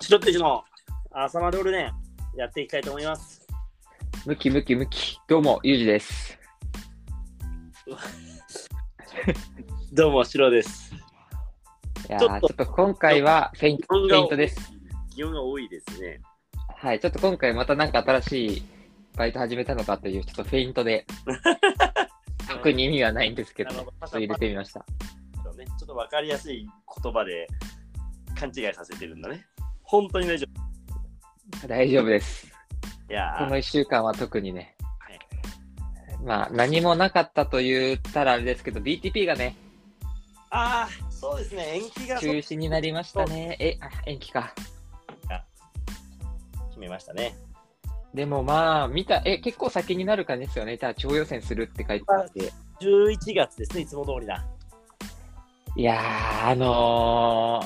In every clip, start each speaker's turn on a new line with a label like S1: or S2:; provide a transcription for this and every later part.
S1: 白手の朝までオルネやっていきたいと思います。
S2: ムキムキムキ。どうも、ゆうじです。
S1: どうも、白です。
S2: いやー
S1: ち
S2: ち
S1: ょ
S2: ょ
S1: っ
S2: っ
S1: と
S2: と今回はフェイント、
S1: 疑問
S2: フ
S1: が
S2: ェイントです。
S1: 気温が多いですね。
S2: はい、ちょっと今回またなんか新しいバイト始めたのかという、ちょっとフェイン トで、特に意味はないんですけど、
S1: な
S2: ち
S1: る
S2: ょ
S1: ほど
S2: っと入れてみました。
S1: ね、ちょっと分かりやすい言葉で勘違いさせてるんだね。本当に大丈
S2: 大丈夫です。
S1: 夫。いや
S2: この
S1: ー、
S2: 1週間は特にね
S1: はい、
S2: まあ何もなかったと言ったらあれですけど、BTP がね、
S1: あー、そうですね、延期がそ
S2: 中
S1: う
S2: 止になりましたね。え、あ延期か。
S1: 決めましたね。
S2: でもまあ、見た、え、結構先になる感じですよね。ただ、超予選するって書いてあって。
S1: 11月ですね、いつも通りだ。
S2: いやー、あの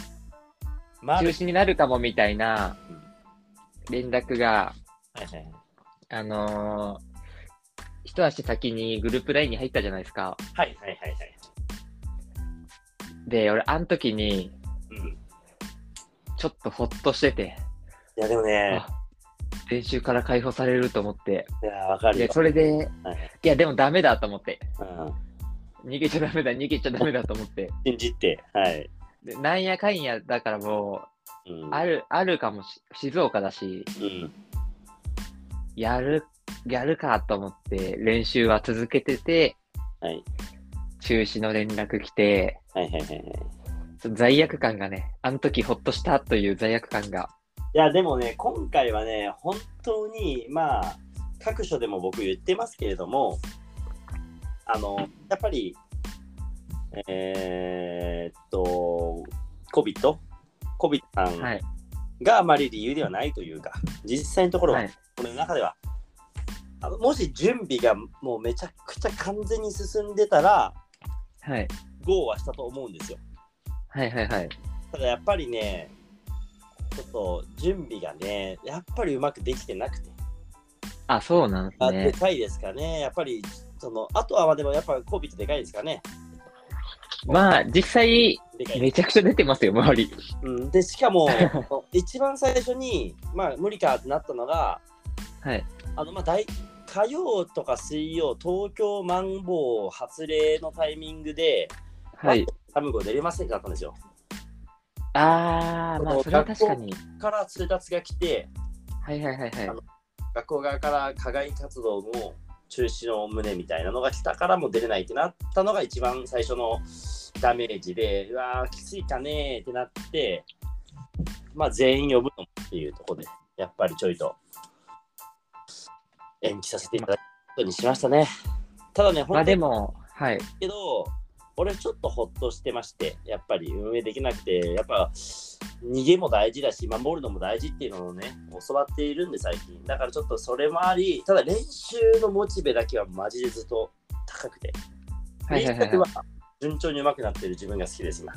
S1: ま
S2: ー、
S1: あ、
S2: 中
S1: はい
S2: 止になるかもみたいな連絡が、
S1: はいはい。
S2: あのー、一足先にグループ LINE に入ったじゃないですか。
S1: はいはいはいはい。
S2: で、俺、あの時に、
S1: うん、い
S2: ちょっとほっとしてて、
S1: や、でもね、
S2: あ練習から解放されると思って、
S1: いやー、分かるよ
S2: で、。それで
S1: はい、
S2: いや、でもダメだと思って、
S1: うん
S2: 逃げちゃダメだ、逃げちゃダメだと思って、
S1: 信じて、はい。
S2: でなんやかんや、だからも
S1: う
S2: う、
S1: ん
S2: ある、あるかもし、静岡だし、
S1: うん
S2: やる、やるかと思って、練習は続けてて、
S1: はい
S2: 中止の連絡来て、
S1: はいはいはいはい。
S2: ちょっと罪悪感がね、あの時ほっとしたという罪悪感が、
S1: いやでもね今回はね本当にまあ各所でも僕言ってますけれどもあのやっぱりえーっと COVID COVID さん
S2: はい、
S1: があまり理由ではないというか、実際のところは、
S2: はい、
S1: この中ではあのもし準備がもうめちゃくちゃ完全に進んでたら
S2: はい、
S1: GO はしたと思うんですよ
S2: はい、はい、はい、
S1: ただやっぱりねちょっと準備がねやっぱりうまくできてなくて
S2: あ、そうなんです
S1: あ
S2: ね
S1: で。かいですかね、やっぱりそのあとはまあでもやっぱコビってでかいですかね。
S2: まあ、実際、
S1: でかい
S2: めちゃくちゃ出てますよ、周り。
S1: うん、でしかも 一番最初に、まあ、無理かってなったのが
S2: はい、
S1: あの、まあ、大火曜とか水曜東京マンボウ発令のタイミングで
S2: はい。
S1: タムゴ出れませんってなったんですよ。
S2: あー、まあ、それは確かに。
S1: から通達が来て
S2: はい、はい、はい、はい。
S1: 学校側から課外活動の中止の旨みたいなのが来たからもう出れないってなったのが一番最初のダメージでうわーきついかねーってなってまあ全員呼ぶのもっていうところでやっぱりちょいと延期させていただくことにしましたねただね
S2: まあ、
S1: 本当
S2: で
S1: に
S2: も、はい、
S1: けど俺ちょっとほっとしてましてやっぱり運営できなくてやっぱ逃げも大事だし守るのも大事っていうのをね教わっているんで最近だからちょっとそれもありただ練習のモチベだけはマジでずっと高くて
S2: はい、はい、はい
S1: 練習
S2: はい。
S1: は順調に上手くなってる自分が好きです今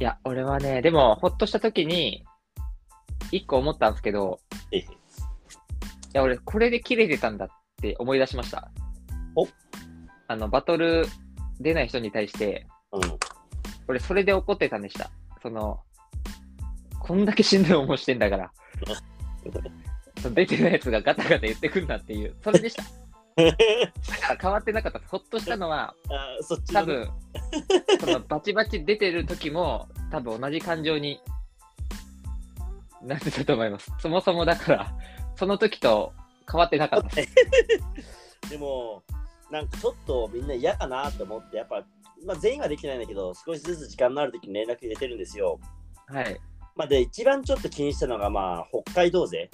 S2: いや、俺はね、でも、ほっとした時に、一個思ったんですけど、
S1: ええ
S2: いや、俺、これで切れてたんだって思い出しました。
S1: お
S2: あの、バトル出ない人に対して、
S1: うん
S2: 俺、それで怒ってたんでした。その、こんだけしんどい思いしてんだ から、その出てないやつがガタガタ言ってくんなっていう、それでした。だから変わってなかった。ほっとしたのは、
S1: あーそっちの
S2: 多分、そのバチバチ出てる時も、多分同じ感情になってたと思います。そもそもだから、その時と変わってなかったです。
S1: でもなんかちょっとみんな嫌かなと思ってやっぱ、まあ、全員はできてないんだけど少しずつ時間のある時に連絡入れてるんですよ
S2: はい。
S1: まあ、で一番ちょっと気にしたのが、まあ、北海道勢、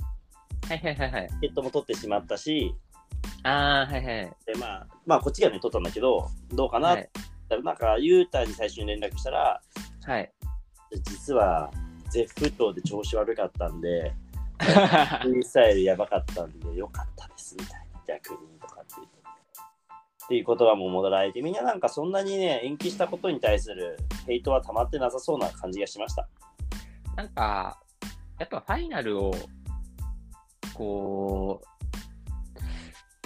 S2: はいはいはいはい。
S1: チケットも取ってしまったし、
S2: ああ、はいはい。
S1: でまあまあ、こっちが、ね、取ったんだけど、どうかな
S2: は
S1: って
S2: い。
S1: 言ったら、なんか、ユータに最初に連絡したら、
S2: はい。
S1: 実は、絶不調で調子悪かったんで、
S2: は
S1: ミサイルやばかったんで、よかったですみたいな、逆にとかって言って。っていう言葉も戻られて、みんななんかそんなにね、延期したことに対するヘイトは溜まってなさそうな感じがしました。
S2: なんか、やっぱファイナルを、こ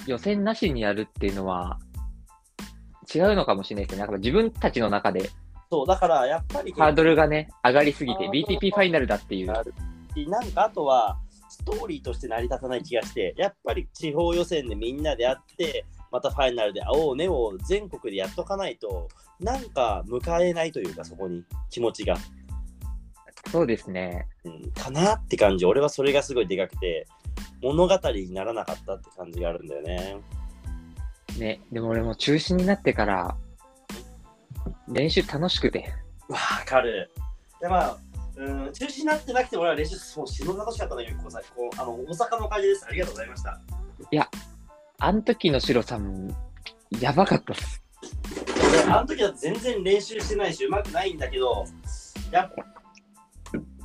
S2: う、予選なしにやるっていうのは、違うのかもしれないですね。なんか自分たちの中で
S1: そう、だからやっぱり、
S2: ハードルがね、上がりすぎて、
S1: あー
S2: BTP ファイナルだっていう
S1: なるしなんかあとはストーリーとして成り立たない気がしてやっぱり地方予選でみんなで会ってまたファイナルで会おうねを全国でやっとかないとなんか迎えないというかそこに気持ちが、
S2: そうですね。
S1: うん、かなって感じ俺はそれがすごいでかくて物語にならなかったって感じがあるんだよね
S2: ね、でも俺も中止になってから、練習楽しくて。
S1: わかるでまあうん、中止になってなくても俺は練習もう死ぬほど楽しかったんだけど、こうさこうあの大阪のおかげです。ありがとうございました。
S2: あの時のシロさん、やばかったっす。
S1: 俺あの時は全然練習してないし、うまくないんだけど、やっ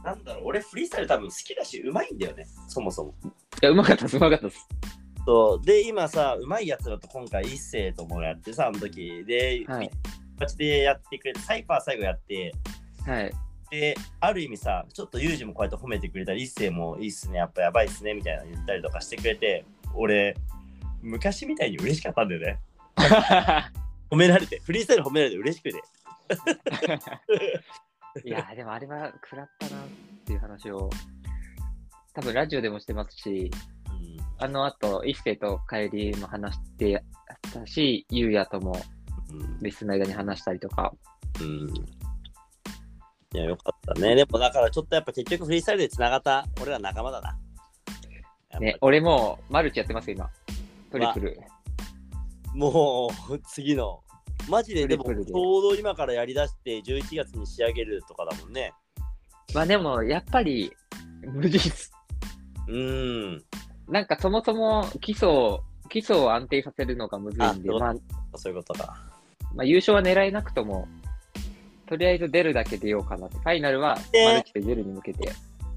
S1: ぱ、なんだろう、俺フリースタイル多分好きだし、うまいんだよね、そもそも。
S2: いや、うまかったっす、うまかったっす。
S1: そうで、今さ、うまいやつだと今回、一世ともやってさ、あの時で、
S2: はい。
S1: 一発でやってくれて、サイパー最後やって、
S2: はい。
S1: で、ある意味さ、ちょっとユージもこうやって褒めてくれたり、一世もいいっすね、やっぱやばいっすね、みたいなの言ったりとかしてくれて、俺、昔みたいに嬉しかったんだよね。褒められて、フリースタイル褒められて嬉しくて。
S2: いやー、でもあれは食らったなっていう話を、多分ラジオでもしてますし、
S1: うん
S2: あの後、一星と帰りも話してたし、ゆうやとも
S1: うん
S2: レッスンの間に話したりとか、
S1: うんいや、よかったね。でもだからちょっとやっぱ結局フリースタイルでつながった俺ら仲間だな。やっぱ
S2: ね、俺もうマルチやってますよ、今。トリプル。
S1: もう次の。マジででもちょ
S2: トリプ
S1: う
S2: ルで
S1: ど今からやりだして11月に仕上げるとかだもんね。
S2: まあでも、やっぱり、無理っす。
S1: うん。
S2: なんかそもそも基礎を、基礎を安定させるのがむずいんで、
S1: あそう
S2: まあ、
S1: そういうことか。
S2: まあ、優勝は狙えなくとも、とりあえず出るだけ出ようかなって、ファイナルは
S1: えー
S2: マルチで出るに向けて、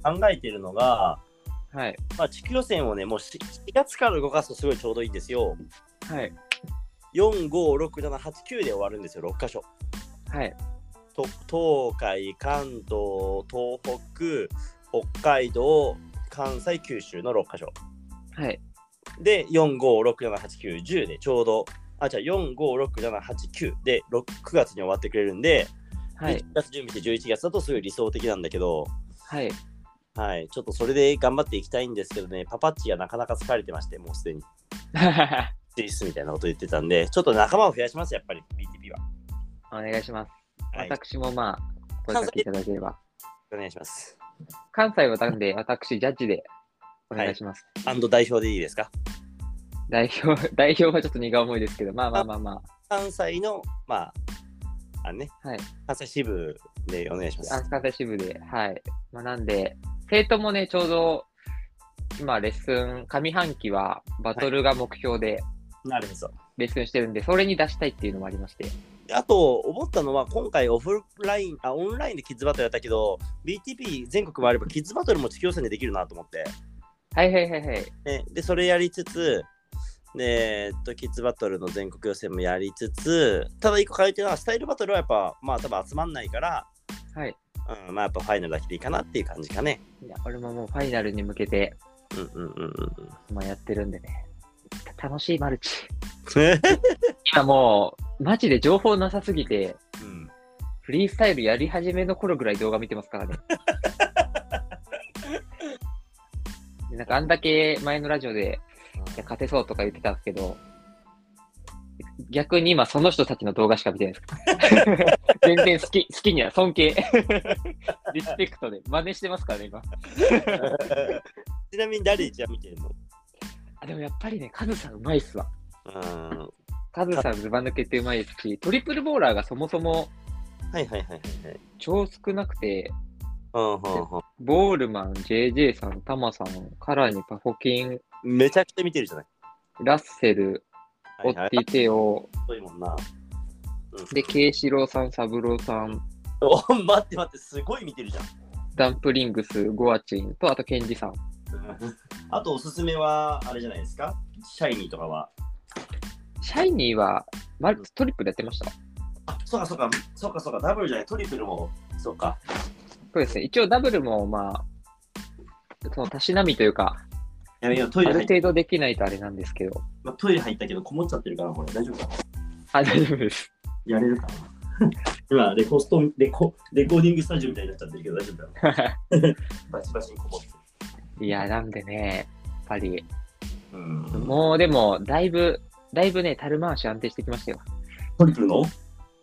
S1: 考えてるのが、
S2: はい、
S1: まあ、地区予選をね、もうし4月から動かすとすごいちょうどいいんですよ。
S2: はい、
S1: 4、5、6、7、8、9で終わるんですよ、6カ所。
S2: はい、
S1: と東海、関東、東北、北海道、関西、九州の6カ所。
S2: はい、
S1: で、4、5、6、7、8、9、10でちょうど、あ、じゃあ4、5、6、7、8、9で6 9月に終わってくれるんで、
S2: はい
S1: 1、月準備して11月だとすごい理想的なんだけど、
S2: はい。
S1: はい、ちょっとそれで頑張っていきたいんですけどね、パパッチがなかなか疲れてまして、もうすでに。シリスみたいなこと言ってたんで、ちょっと仲間を増やします、やっぱり BTP は。
S2: お願いします。
S1: はい、
S2: 私もまあ、声かけていただければ。
S1: お願いします。
S2: 関西はなんで、 私、ジャッジでお願いします。
S1: アンド代表でいいですか
S2: 代表、 代表はちょっと荷が重いですけど、まあまあまあま
S1: 関西の、まあ、あのね、
S2: あ、はい。
S1: 関西支部でお願いします。
S2: あ関西支部で、はい。まあ、なんで、生徒もね、ちょうど、今、レッスン、上半期はバトルが目標で
S1: なるほど。
S2: レッスンしてるんで、それに出したいっていうのもありまして、
S1: あと、思ったのは、今回オフライン、あ、オンラインでキッズバトルやったけど、BTP 全国回ればキッズバトルも地域予選でできるなと思って。
S2: はいはいはいはい、
S1: ね、で、それやりつつ、ねえっと、キッズバトルの全国予選もやりつつ、ただ一個変えてるのは、スタイルバトルはやっぱ、まあ多分集まんないから、
S2: はい。
S1: うん、まあやっぱファイナルだけでいいかなっていう感じかね。
S2: いや俺ももうファイナルに向けて、
S1: うんうんうん うん。
S2: まあ、やってるんでね、た楽しいマルチ。今もう、マジで情報なさすぎて、
S1: うん、
S2: フリースタイルやり始めの頃ぐらい動画見てます からね。でなんかあんだけ前のラジオでいや勝てそうとか言ってたんですけど、逆に今その人たちの動画しか見てない です全然好き、好きには尊 敬。リスペクトで真似してますからね、今。
S1: ちなみに誰じゃ見てるの
S2: あでもやっぱりね、カズさんうまいっすわ。
S1: うん。は
S2: カズさんずば抜けてうまいですし、トリプルボーラーがそもそも
S1: いはいはいはいはい。
S2: 超少なくて、
S1: うんうんうん
S2: ボールマン、JJ さん、タマさん、カラーにパフォキン、
S1: めちゃくちゃ見てるじゃない。
S2: ラッセル、
S1: は
S2: オ
S1: いは
S2: ッ
S1: い
S2: ティテオ、
S1: そういうもんな。うん
S2: で、ケイシロウさん、サブロウさん、
S1: お待って待って、すごい見てるじゃん。
S2: ダンプリングス、ゴアチンと、あとケンジさん。
S1: あとおすすめは、あれじゃないですかシャイニーとかは。
S2: シャイニーは、マル
S1: うん
S2: トリップでやってました。
S1: あ、そうかそうか、そうかそうか、ダブルじゃない、トリプルも、そうか。
S2: そうですね。一応ダブルも、まあ、その、たしなみというか、
S1: やめよう、ト
S2: あ
S1: イレ
S2: る
S1: 入っ
S2: 程度できないとあれなんですけど。
S1: まあトイレ入ったけど、こもっちゃってるから、これ、大丈夫かな
S2: あ、大丈夫です。
S1: やれるか今レコストレコ、レコーディングスタジオみたいになっちゃってるけど大丈夫だろう。バチバチにこもって。
S2: いや、なんでね、やっぱり、
S1: うん、
S2: もうでも、だいぶ、だいぶね、樽回し安定してきましたよ。
S1: トリプルの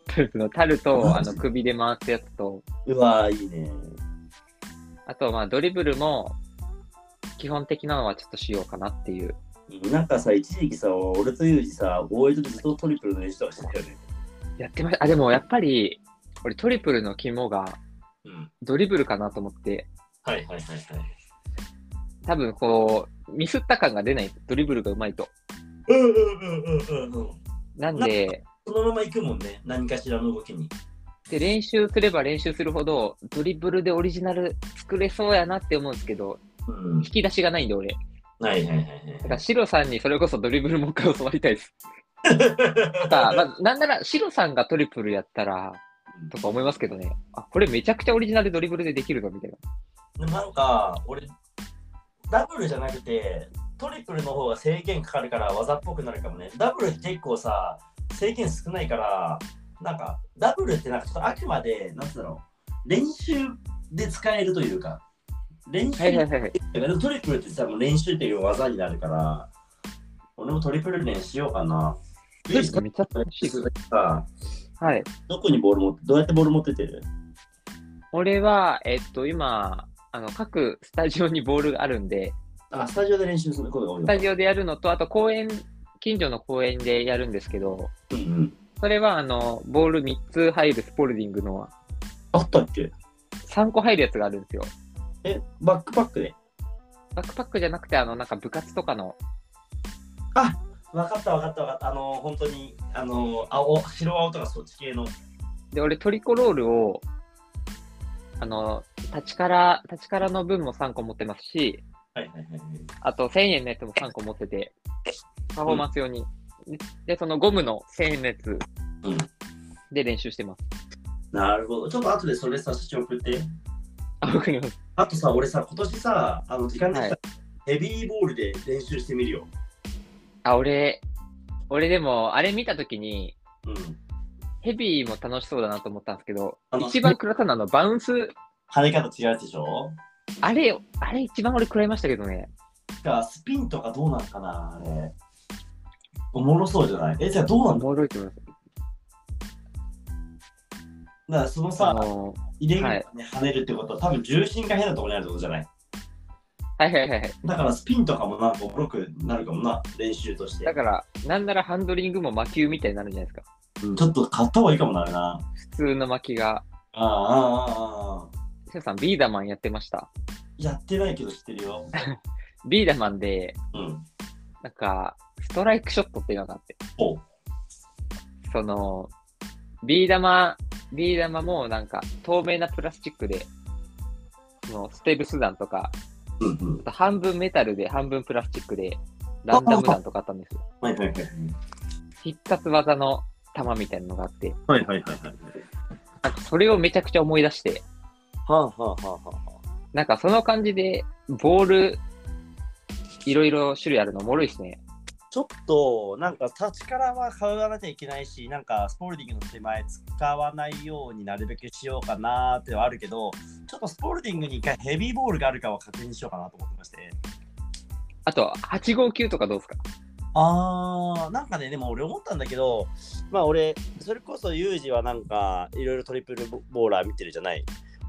S2: トルプの樽と、
S1: マ
S2: あ
S1: ジ
S2: の、首で回すやつと、
S1: うわーいいね。
S2: あと、まあ、ドリブルも、基本的なのはちょっとしようかなっていう。
S1: なんかさ、一時期さ、俺とユージさ、大江戸でずっとトリプルの練習とかしてたよね。
S2: やってました。あ、でも、やっぱり、俺、トリプルの肝が、
S1: うん。
S2: ドリブルかなと思って、
S1: はいはいはいはい。
S2: 多分、こう、ミスった感が出ない。ドリブルがうまいと。
S1: うんうんうんうんうんうん。
S2: なんで、
S1: そのまま行くもんね、何かしらの動きに。
S2: で練習すれば練習するほど、ドリブルでオリジナル作れそうやなって思うんですけど、
S1: うん
S2: 引。き出しがないんで、俺。
S1: はいはいはい
S2: だか
S1: は
S2: ら、シロさんにそれこそドリブルもう一回教わりたいです。
S1: い。
S2: まあ、まあなんなら、シロさんがトリプルやったら、とか思いますけどね。あ、これめちゃくちゃオリジナルドリブルでできるぞ、みたいな。
S1: でもなんか、俺、ダブルじゃなくて、トリプルの方が制限かかるから技っぽくなるかもね。ダブルって結構さ、制限少ないから、なんか、ダブルってなんかちょっとあくまで、なんつうの、練習で使えるというか、練習、
S2: はいはいはいはい。
S1: だからトリプルってさ、もう練習っていうより技になるから、俺もトリプル練しようかな。
S2: めっちゃ楽しいです。
S1: さ
S2: はい。
S1: どこにボール持って、どうやってボール持っててる
S2: 俺は、えっと、今、あの、各スタジオにボールがあるんで、
S1: あ、スタジオで練習することが多い
S2: ス
S1: の
S2: タジオでやるのと、あと公園、近所の公園でやるんですけど、
S1: うんうん。
S2: それは、あの、ボール3つ入るスポルディングの
S1: あったっけ
S2: 3個入るやつがあるんですよ。
S1: え、バックパックで。
S2: バックパックじゃなくて、あの、なんか部活とかの、
S1: わかったわかったわかった。あのー、本当に、あのー、青、白青とかそっち系の。
S2: で、俺トリコロールを、あの、立ちから、立ちからの分も3個持ってますし、
S1: はいはいはい。
S2: あと1000円のやつも3個持ってて、パフォーマンス用に。でで、そのゴムの1000円のやつ
S1: うん
S2: で練習してます。
S1: なるほど。ちょっと後でそれさ、写真送って。
S2: あ、わかります。
S1: あとさ、俺さ、今年さ、あの、時間できた、
S2: はい
S1: ヘビーボールで練習してみるよ。
S2: あ、俺、俺でも、あれ見たときに、
S1: うん。
S2: ヘビーも楽しそうだなと思ったんですけど
S1: あ、の
S2: 一番食らったのはあのバウンス、
S1: 跳ね方違うでしょ
S2: あれ、あれ一番俺食らいましたけどね。
S1: か、スピンとかどうなんかな、あれ。おもろそうじゃないえ、じゃあどうなんだ
S2: 驚いてます。
S1: だからその
S2: あ
S1: さ、
S2: の
S1: 入れ口に跳ねるってことは、多分重心が変なところにあるってことじゃない
S2: はいはいはいはい。
S1: だからスピンとかもなんかおもろくなるかもな、練習として。
S2: だから、なんならハンドリングも魔球みたいになるんじゃないですか。
S1: うんちょっと買った方がいいかもなあれな。
S2: 普通の魔球が。
S1: ああ、ああ、ああ。
S2: シェフさん、ビーダマンやってました。
S1: やってないけど知ってるよ。
S2: ビーダマンで、
S1: うん。
S2: なんか、ストライクショットっていうのがあって、
S1: おう。
S2: その、ビー玉、ビー玉もなんか透明なプラスチックで、そのステルス弾とか、
S1: うんうん。
S2: 半分メタルで半分プラスチックで、ランダム弾とかあったんですよ。
S1: はいはいはい。
S2: 必殺技の弾みたいなのがあって、
S1: はいはいはいはい。
S2: なんかそれをめちゃくちゃ思い出して、
S1: はあはあはあはあ。
S2: なんかその感じで、ボール、いろいろ種類あるのおもろいですね。
S1: ちょっと、なんか、立ちからは買わなきゃいけないし、なんか、スポルディングの手前使わないようになるべくしようかなーってはあるけど、ちょっとスポルディングに一回ヘビーボールがあるかは確認しようかなと思ってまして。
S2: あと、8号級とかどうですか
S1: あーなんかねでも俺思ったんだけどまあ俺それこそユージはなんかいろいろトリプルボーラー見てるじゃない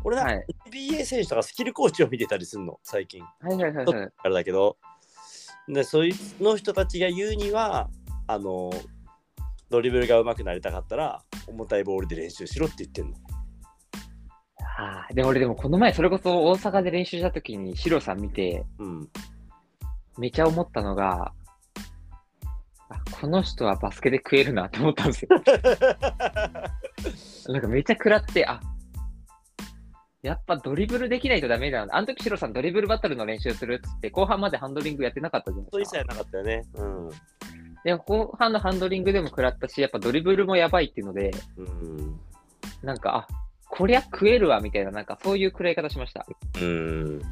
S1: 俺なんか
S2: はい
S1: NBA 選手とかスキルコーチを見てたりするの最近
S2: はいはいはいはい。
S1: あれだけどでそいつの人たちが言うにはあのドリブルが上手くなりたかったら重たいボールで練習しろって言ってんの
S2: あーでも俺でもこの前それこそ大阪で練習した時にシロさん見て
S1: うん
S2: めちゃ思ったのがあこの人はバスケで食えるなと思ったん ですよなんかめちゃ食らってあやっぱドリブルできないとダメだなあの時シロさんドリブルバトルの練習するっつって後半までハンドリングやってなかったじゃない
S1: そう
S2: で
S1: 一
S2: すか
S1: 切なかったよねうん
S2: で後半のハンドリングでも食らったしやっぱドリブルもやばいっていうので
S1: うん
S2: なんかあこりゃ食えるわみたいななんかそういう食らい方し ました
S1: うん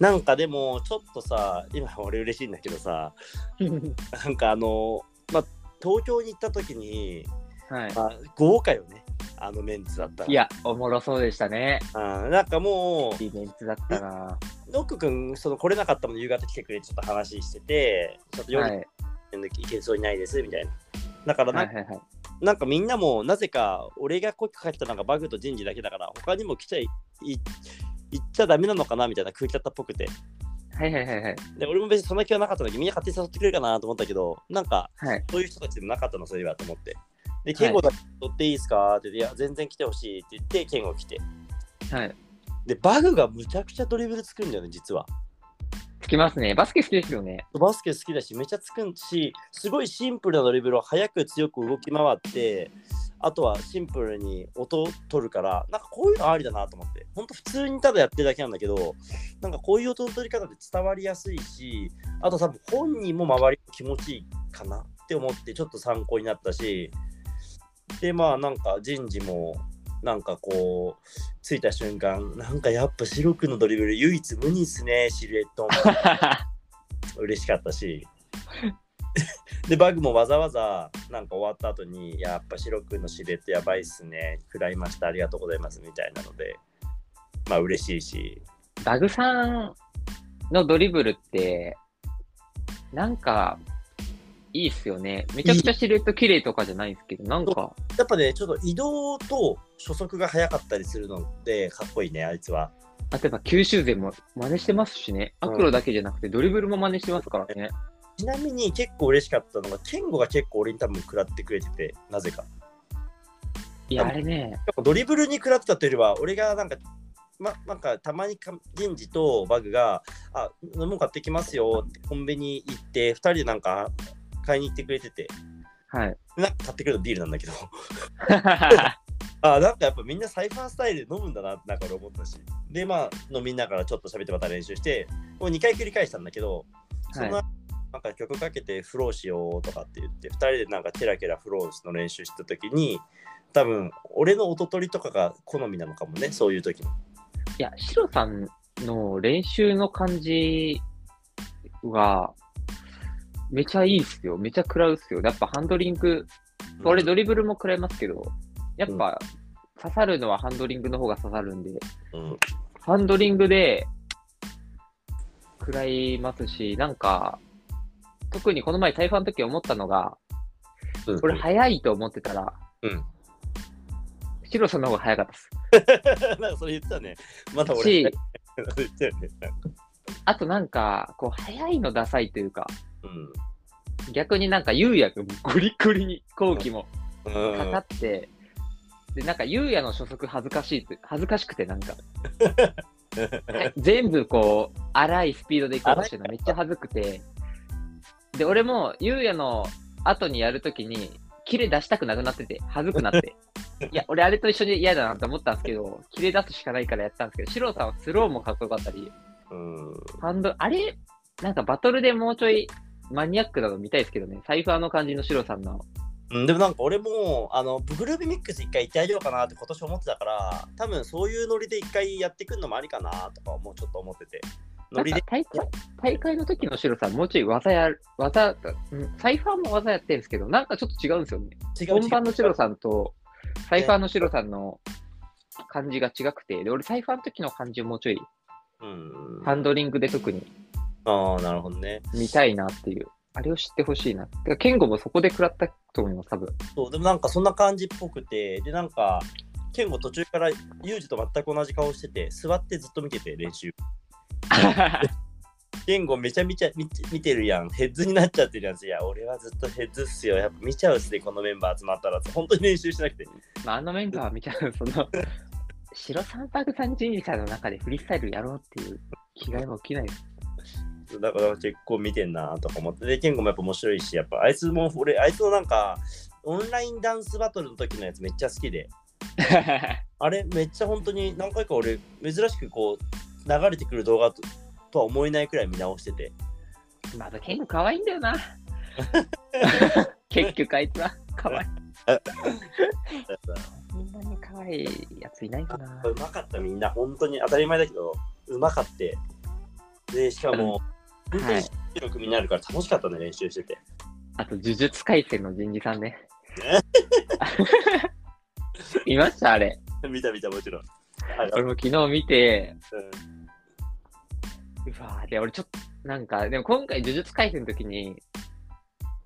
S1: なんかでもちょっとさ今俺嬉しいんだけどさなんかあの、まあ、東京に行った時に、
S2: はい
S1: まあ、豪華よね。あのメンツだったら
S2: いや、おもろそうでしたね。
S1: うんなんかも
S2: いいメンツだったな。
S1: うノック君その来れなかったもん夕方来てくれちょっと話しててちょっと
S2: は
S1: 夜
S2: い。
S1: に行けそうにないですみたいな、だからな
S2: は
S1: ん
S2: い
S1: か
S2: はいはい。
S1: なんかみんなもなぜか俺が声かけたのがバグと人事だけだから他にも来ちゃいい行っちゃダメなのかなみたいな空気だったっぽくて
S2: はいはいはいはい。
S1: で俺も別にそんな気はなかったんだけどみんな勝手に誘ってくれるかなと思ったけどなんか
S2: はい。
S1: そういう人たちでもなかったのそれはと思ってで健吾だけ取っていいですかって言っていや全然来てほしいって言って健吾来て
S2: はい。
S1: でバグがむちゃくちゃドリブルつくんだよね実は
S2: つきますね。バスケ好きです よね。
S1: バスケ好きだしめちゃつくんしすごいシンプルなドリブルを速く強く動き回ってあとはシンプルに音を取るからなんかこういうのありだなと思ってほんと普通にただやってるだけなんだけどなんかこういう音の取り方で伝わりやすいしあと多分本人も周りも気持ちいいかなって思ってちょっと参考になったしでまあなんか人事もなんかこう着いた瞬間なんかやっぱシロ君のドリブル唯一無二っすねシルエットも。嬉しかったし でバグもわざわざなんか終わった後にやっぱ白くんのシルエットやばいっすね食らいましたありがとうございますみたいなのでまあ嬉しいし
S2: バグさんのドリブルって、なんか、いいっすよね。めちゃくちゃシルエット綺麗とかじゃないんですけど、なんか、
S1: やっぱねちょっと移動と初速が速かったりするのでかっこいいねあいつは
S2: 例えば九州勢も真似してますしね。アクロだけじゃなくて、ドリブルも真似してますからね。
S1: ちなみに結構嬉しかったのが健吾が結構俺に多分食らってくれててなぜか
S2: いや、あれね、
S1: やっぱドリブルに食らってたというよりは、俺がなんか、ま、なんかたまにか人事とバグが、あ、飲み物買ってきますよってコンビニ行って、2人でなんか買いに行ってくれてて、
S2: はい。
S1: なんか買ってくるのビールなんだけど、あ、なんかやっぱみんなサイファースタイルで飲むんだなってなんか俺思ったし、で、まあ飲みながらちょっと喋ってまた練習して、もう2回繰り返したんだけど、その、
S2: は
S1: なんか曲かけてフローしようとかって言って2人でなんかテラケラフローの練習した時に多分俺の音取りとかが好みなのかもねそういう時の
S2: いや、シロさんの練習の感じは、めちゃいいっすよ。めちゃ食らうっすよ。やっぱハンドリング、俺ドリブルも食らいますけど、やっぱ刺さるのはハンドリングの方が刺さるんで、
S1: うん
S2: ハンドリングで食らいますし、なんか、特にこの前台風の時思ったのが、
S1: うん
S2: これ早いと思ってたら、
S1: うん
S2: シロさんの方が早かったっ す。
S1: なんかそれ言ってたねまだ俺
S2: し、
S1: 言ってたよね
S2: あとなんか、こう、早いのダサいというか、
S1: うん
S2: 逆になんか、ゆうやくん、ゴリゴリに、後期も
S1: うん
S2: かかって、で、なんか、ゆうやの初速恥ずかしいと、恥ずかしくて、なんか、はい全部こう、荒いスピードで行こうとしてるのめっちゃ恥ずくて、で、俺も、ゆうやの後にやるときに、キレ出したくなくなってて、恥ずくなって。いや、俺あれと一緒に嫌だなと思ったんですけど、キレ出すしかないからやったんですけど、シローさんはスローもかっこよかったり、
S1: うん
S2: ハンド、あれ、なんかバトルでもうちょいマニアックなの見たいですけどね、サイファーの感じのシロさんの。
S1: うんでもなんか俺もあのグループミックス一回行ってあげようかなって今年思ってたから多分そういうノリで一回やってくるのもありかなとかもうちょっと思ってて
S2: な
S1: ノ
S2: ん
S1: リ
S2: か
S1: で
S2: 大会大会の時のシロさん、もうちょい技やる、技、うんサイファーも技やってるんですけど、なんかちょっと違うんですよね。
S1: 違う違う
S2: 本番のシロさんと、サイファーのシロさんの感じが違くて、で、俺サイファーの時の感じをもうちょい、
S1: うん
S2: ハンドリングで特に
S1: ああなるほどね
S2: 見たいなっていう、あれを知ってほしいな。てかケンゴもそこで食らったと思います、多分。
S1: そうでもなんかそんな感じっぽくてでなんか健吾途中からユージと全く同じ顔してて座ってずっと見てて練習健吾めちゃめちゃ見見てるやんヘッズになっちゃってるやんいや俺はずっとヘッズっすよやっぱ見ちゃうっすねこのメンバー集まったら本当に練習しなくて
S2: まあ、あのメンバーみたいな、その、白三白さん人事さんの中でフリースタイルやろうっていう気概も起きな いです。
S1: だから結構見てんなとか思ってで健吾もやっぱ面白いしやっぱあいつも俺あいつのなんかオンラインダンスバトルの時のやつめっちゃ好きであれめっちゃ本当に何回か俺珍しくこう流れてくる動画ととは思えないくらい見直してて
S2: まだケンゴ可愛いんだよな。結局あいつは可愛い。みんなに可愛いやついないかな。
S1: うまかったみんな本当に当たり前だけどうまかってでしかも、
S2: うん
S1: 本当
S2: は
S1: に
S2: い
S1: 集中力になるから楽しかったね練習して て
S2: あと、呪術廻戦の人事さんね。見ましたあれ。
S1: 見た見た、もちろん。
S2: 俺も昨日見て、
S1: うん
S2: うわーで、俺ちょっと、なんか、でも今回、呪術回戦の時に、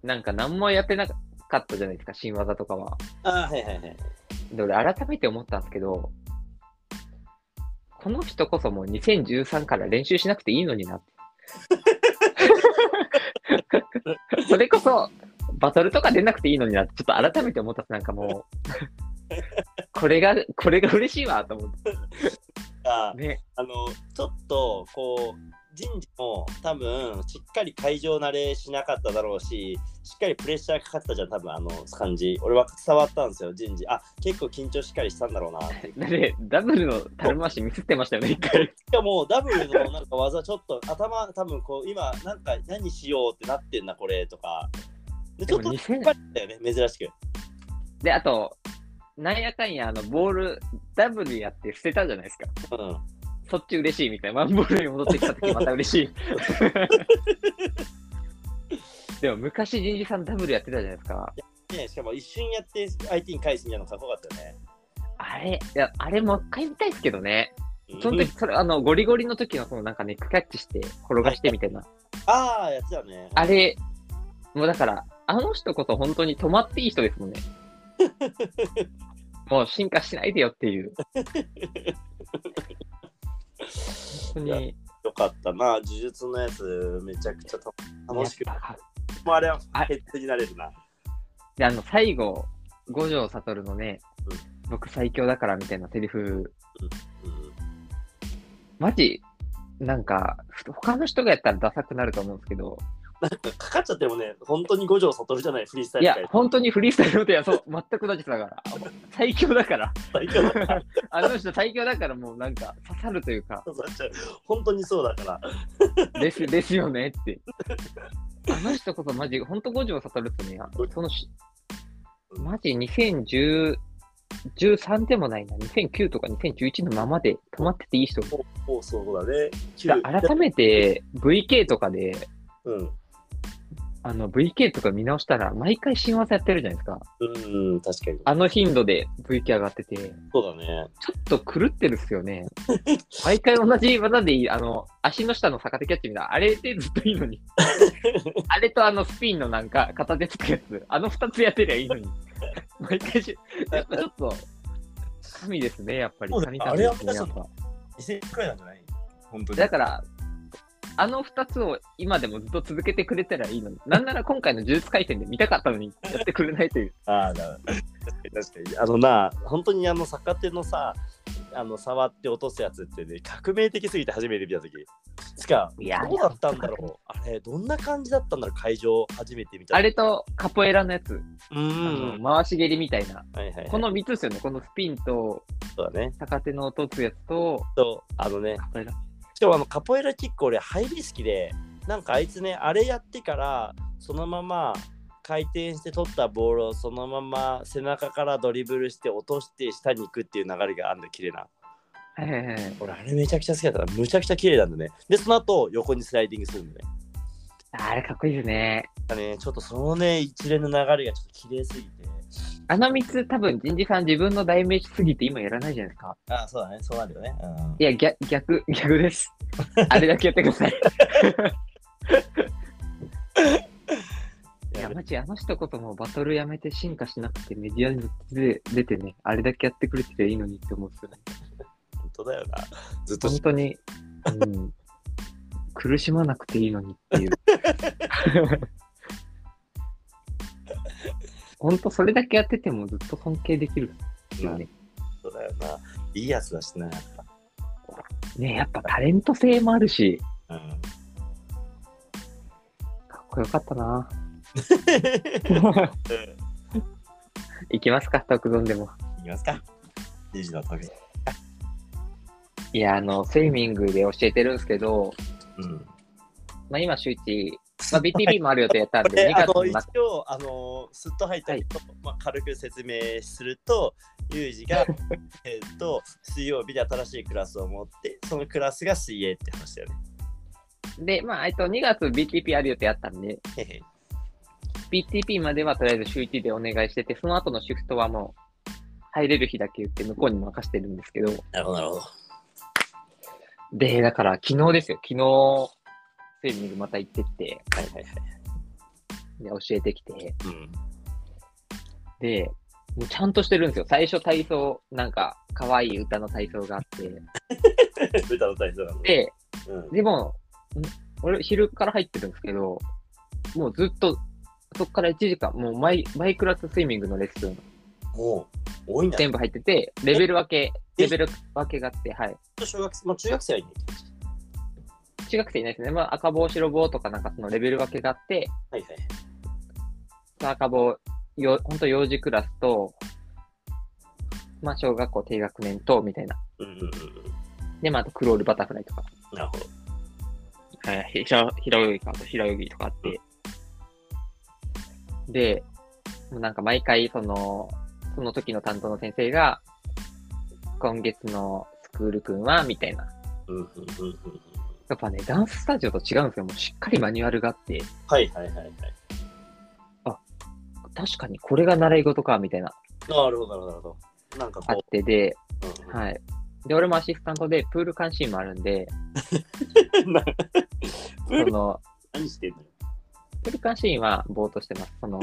S2: なんか何もやってなかったじゃないですか、新技とかは。
S1: あーはいはいはい。
S2: で、俺改めて思ったんですけど、この人こそもう2013から練習しなくていいのになって。 それこそ、バトルとか出なくていいのになって、ちょっと改めて思ったっすなんかもう、これが、これが嬉しいわと思って。
S1: あー
S2: ね。
S1: あの、ちょっと、こう、人事も多分、しっかり会場慣れしなかっただろうし、しっかりプレッシャーかかったじゃん、多分、あの感じ。俺は伝わったんですよ、人事。あ、結構緊張しっかりしたんだろうなって。
S2: だって、ダブルのたるましミスってましたよね、一回。
S1: しかもダブルのなんか技ちょっと頭多分こう今なんか何しようってなってんなこれとかでち
S2: で
S1: ょ
S2: も
S1: っと引っ
S2: 2000
S1: 張ったよね珍しく
S2: で、あと、なんやかんや、あの、ボール、ダブルやって捨てたじゃないですか。
S1: うん
S2: そっち嬉しいみたいな。ワンボールに戻ってきたときまた嬉し い。でも昔、人事さんダブルやってたじゃないですか。
S1: ねしかも一瞬やって相手に返すみたいなのかっこよかったよね
S2: あれ、いや、あれもう一回見たいですけどね。
S1: うん
S2: その時、それ、あの、ゴリゴリの時の、そのなんかネックキャッチして、転がしてみたいな。
S1: ああやってたね
S2: あれ、もうだから、あの人こそ本当に止まっていい人ですもんね。もう進化しないでよって いう。本当に、
S1: よかったな呪術のやつめちゃくちゃ楽楽しく
S2: やっぱかっ
S1: もうあれは
S2: あ
S1: ヘッドになれるな
S2: で、あの、最後、五条悟のね、僕最強だからみたいなセリフ、
S1: うん
S2: マジ、なんか、ふ他の人がやったらダサくなると思うんですけど、
S1: かかっちゃってもね本当に五条悟じゃないフリースタイ
S2: い
S1: ル
S2: や
S1: 界、
S2: 本当にフリースタイルの手はそう、全く同じだから、最強だから、
S1: 最強だから
S2: あの人最強だからもうなんか刺さるというか、
S1: 本当にそうだから
S2: ですですよねって。あの人こそマジ、本当五条悟ってね、そのし、マジ2010 2013でもないな、2009とか2011のままで止まってていい人
S1: もうもうそうだね旧
S2: だ改めて VK とかで、
S1: うん
S2: あの VK とか見直したら、毎回新技やってるじゃないですか。
S1: うん確かに
S2: あの頻度で VK 上がってて、ちょ
S1: そうだね
S2: っと狂ってるっすよ ね。毎回同じ技でいい、あの、足の下の逆手キャッチみたいな、あれでずっといいの に。あれとあのスピンのなんか片手つくやつ、あの二つやってりゃいいのに。毎回し、やっぱちょっと、神ですね、やっぱり。
S1: そうだ
S2: 神様ですね、
S1: あれ
S2: や
S1: は
S2: っぱ。
S1: 2000くらいなんじゃない本当に
S2: だから、あの2つを今でもずっと続けてくれたらいいのに、なんなら今回の呪術回戦で見たかったのに、やってくれないという。
S1: ああ、だ確かに。あのな、本当にあの逆手のさ、あの触って落とすやつってね、革命的すぎて初めて見たとき。しか、
S2: いや
S1: どうだったんだろうあれ、どんな感じだったんだろう会場初めて見た。
S2: あれとカポエラのやつ、
S1: うー
S2: あ
S1: ん。
S2: の回し蹴りみたいな、
S1: はいはい、はい。
S2: この3つですよね、このスピンと
S1: そうだね。
S2: 逆手の落とすやつと、
S1: と、あのね、
S2: カポエラ。
S1: しかもあのカポエラキック俺入り好きで、なんかあいつね、あれやってから、そのまま、回転して取ったボールをそのまま背中からドリブルして落として下に行くっていう流れがあるんだよ綺麗な
S2: はいはいはい。
S1: 俺あれめちゃくちゃ好きだったなむちゃくちゃ綺麗なんだねでその後横にスライディングするんだね
S2: あれかっこいいですね。
S1: だねちょっとそのね一連の流れがちょっと綺麗すぎて
S2: あの3つ、多分人事さん自分の代名詞すぎて今やらないじゃないですか。
S1: あそうだねそうなるよねうん
S2: いや、逆、逆、逆 です。あれだけやってください。いや、マジあの人こそもうバトルやめて進化しなくてメディアに出てね、あれだけやってくれてりゃいいのにって思うんですよね。
S1: 本当だよなずっと
S2: 本当に、うん、苦しまなくていいのにって いう。本当それだけやっててもずっと尊敬できるよね。
S1: そうだよないいやつだしなやっ
S2: ねやっぱタレント性もあるし、
S1: ぱうん
S2: かっこよかったな いきますか、特存でも。
S1: いきますか理事の時
S2: いや、あの、スイミングで教えてるんですけど、
S1: うん
S2: まあ、今、週一、まあ、BTV もある予定やったん
S1: で
S2: で、2
S1: あの
S2: 月の
S1: 一応あのすっと入ったけど、まあ、軽く説明するとユージ がえっと水曜日で新しいクラスを持ってそのクラスが水泳って話だよね
S2: 末、で、まあ、えっと、2月 BTP ある予定やったんで、
S1: へへ
S2: BTP まではとりあえず週一でお願いしてて、その後のシフトはもう、入れる日だけ言って向こうに任せてるんですけど、
S1: なるほど、なるほど。
S2: で、だから昨日ですよ、昨日、スイミングまた行ってって、
S1: はいはいはい。
S2: で、教えてきて、
S1: うん。
S2: で、もうちゃんとしてるんですよ。最初体操、なんか、可愛い歌の体操があって、
S1: 歌の体操なの。
S2: で、
S1: うん、
S2: でも、ん俺、昼から入ってるんですけど、もうずっと、そこから1時間、もうマイマイクラススイミングのレッスン、
S1: もう、多いんだ。
S2: 全部入ってて、レベル分け、レベル分けがあって、はい。
S1: 小学生、まあ、中学生はいないけど。
S2: 中学生いないですね。まあ、赤棒、白棒とか、なんかそのレベル分けがあって、
S1: はいはい。
S2: 赤棒、よほんと幼児クラスと、まあ、小学校低学年と、みたいな。
S1: うんうんうんうん。
S2: で、まあ、あとクロールバタフライとか。
S1: なるほど。
S2: はい、平平泳ぎか、あと平泳ぎとかあって。で、もうなんか毎回、その、その時の担当の先生が、今月のスクール君は、みたいな。
S1: うんうんうんうんうん。
S2: やっぱね、ダンススタジオと違うんですよ。もうしっかりマニュアルがあって、
S1: はいはいはいはい。
S2: 確かにこれが習い事か、みたいな、
S1: なるほど、なるほどなるほど。なんか
S2: あっ
S1: こ
S2: てで、
S1: う、うんうん
S2: はい。で、俺もアシスタントで、プール監視員もあるんで、
S1: なプ
S2: そ
S1: ール
S2: の、
S1: 何してんの
S2: プール監視員はぼーっとしてます。その、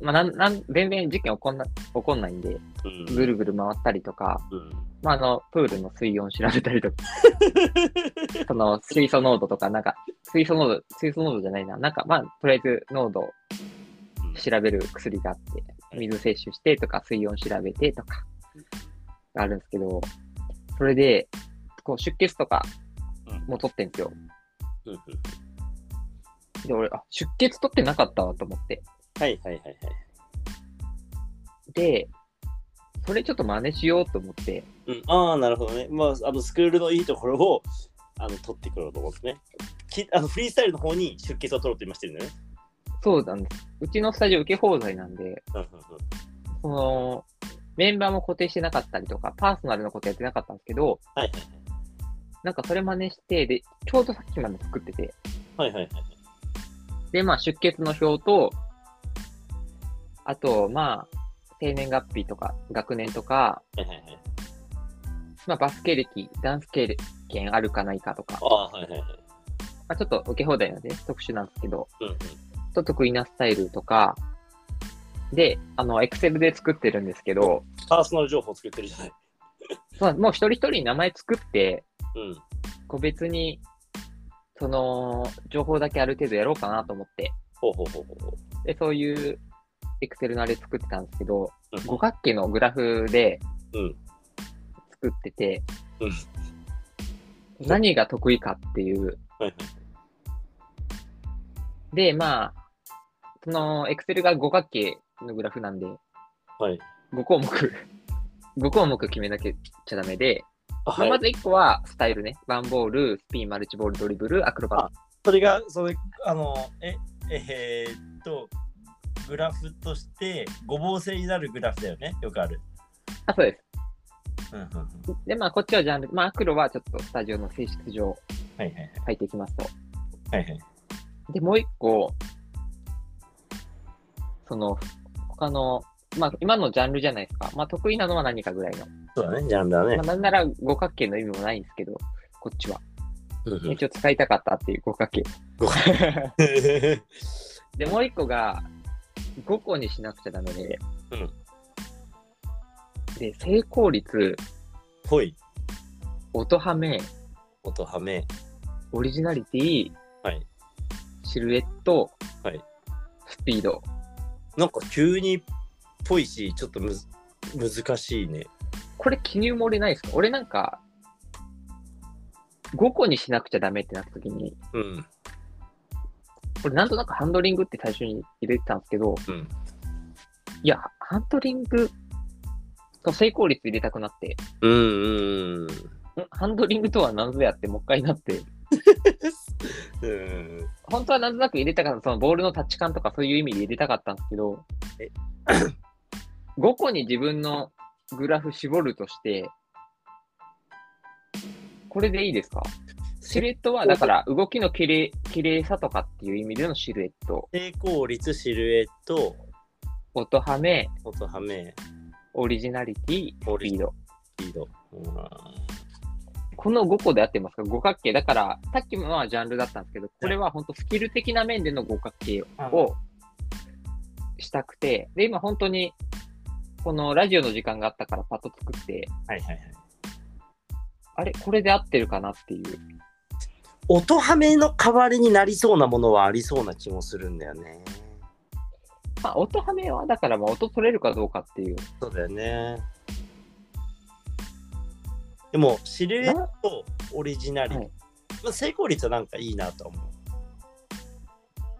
S2: まあ、なん、なん、全然事件起こんな、起こんないんで、
S1: うん
S2: ぐるぐる回ったりとか、
S1: うん。
S2: まあ、あの、プールの水温調べたりとか、 その、水素濃度とか、なんか、水素濃度、水素濃度じゃないな、なんか、まあ、とりあえず濃度を調べる薬があって、水摂取してとか、水温調べてとか、あるんですけど、それで、こう、出血とか
S1: うん
S2: も取ってんですよ。
S1: うんうん
S2: で、俺、あ、出血取ってなかったわと思って。
S1: はいはいはいはい。
S2: で、それちょっと真似しようと思って、
S1: うん、ああ、なるほどね。まあ、あのスクールのいいところをあの取ってくると思うんですね。きあのフリースタイルの方に出血を取ろうと今してるんだよね。
S2: そうなんです。うちのスタジオ受け放題なんで、
S1: うんうん
S2: その、メンバーも固定してなかったりとか、パーソナルのことやってなかったんですけど、
S1: はい
S2: なんかそれ真似して、で、ちょうどさっきまで作ってて、
S1: はいはいはいはい。
S2: で、まあ出血の表と、あと、まあ、生年月日とか、学年とか、
S1: はいはいはい。
S2: まあバス経歴、ダンス経歴あるかないかとか、
S1: ああ、はいはいはい。
S2: まあちょっと受け放題なんで特殊なんですけど、
S1: うんうん。
S2: ちょっと得意なスタイルとか、で、あの、エクセルで作ってるんですけど、
S1: パーソナル情報を作ってるじゃない。
S2: まあもう一人一人に名前作って、
S1: うん。
S2: 個別に、その、情報だけある程度やろうかなと思って、
S1: ほうほうほうほうほう。
S2: で、そういう、エクセルのあれ作ってたんですけど、
S1: うん
S2: 五角形のグラフで
S1: うん。
S2: 作ってて、
S1: うん
S2: 何が得意かっていう。
S1: はいはい。
S2: で、まあ、その、エクセルが五角形のグラフなんで、
S1: はい。
S2: 5項目、5項目決めなきゃちゃダメで、
S1: あ
S2: まあ
S1: はい
S2: まず1個はスタイルね。ワンボール、スピン、マルチボール、ドリブル、アクロバ
S1: それが、それ、あの、え、えーっと、グラフとして、ごぼう性になるグラフだよね。よくある。
S2: ット。あ、そうです。
S1: うんうんうん。
S2: で、まあ、こっちはジャンル、まあ、アクロはちょっとスタジオの性質上
S1: はいはいはい。
S2: 書いていきますと。
S1: はいはい。
S2: で、もう一個、その、他の、まあ、今のジャンルじゃないですか。まあ、得意なのは何かぐらいの。
S1: そうだね、ジャンルだね
S2: まあ、。なんなら五角形の意味もないんですけど、こっち
S1: う
S2: は。
S1: んうん
S2: 一応使いたかったっていう五角形。 で、もう一個が、5個にしなくちゃダメで、
S1: うん
S2: で、成功率、
S1: ぽい、
S2: 音はめ、
S1: 音はめ。
S2: オリジナリティ、
S1: はい。
S2: シルエット、
S1: はい
S2: スピード。
S1: なんか急にぽいし、ちょっとむず難しいね。
S2: これ記入も俺ないですか俺なんか、5個にしなくちゃダメってなった時に、
S1: うん。
S2: 俺なんとなくハンドリングって最初に入れてたんですけど、
S1: うん。
S2: いや、ハンドリングと成功率入れたくなって、
S1: うんうんうん。
S2: んハンドリングとは何ぞやってもう一回なって、
S1: うん。
S2: 本当はなんとなく入れたかった、そのボールのタッチ感とかそういう意味で入れたかったんですけど
S1: え、
S2: 5個に自分のグラフ絞るとして、これでいいですかシルエットは、だから動きの綺麗綺麗さとかっていう意味でのシルエット、
S1: 成功率、シルエット、
S2: 音はめ、
S1: 音はめ。
S2: オリジナリティ、
S1: オ
S2: ス
S1: リジ
S2: ピード。
S1: リード。う
S2: この5個で合ってますか五角形。だから、さっきのはジャンルだったんですけど、これは本当スキル的な面での五角形をしたくて、で、今本当に、このラジオの時間があったからパッと作って、
S1: んはいはいはい。
S2: あれこれで合ってるかなっていう。
S1: 音ハメの代わりになりそうなものはありそうな気もするんだよね。
S2: まあ、音はめは、だからまあ音取れるかどうかっていう。
S1: そうだよね。でも、シルエット、オリジナリティ、
S2: はい
S1: まあ、成功率はなんかいいなと思う。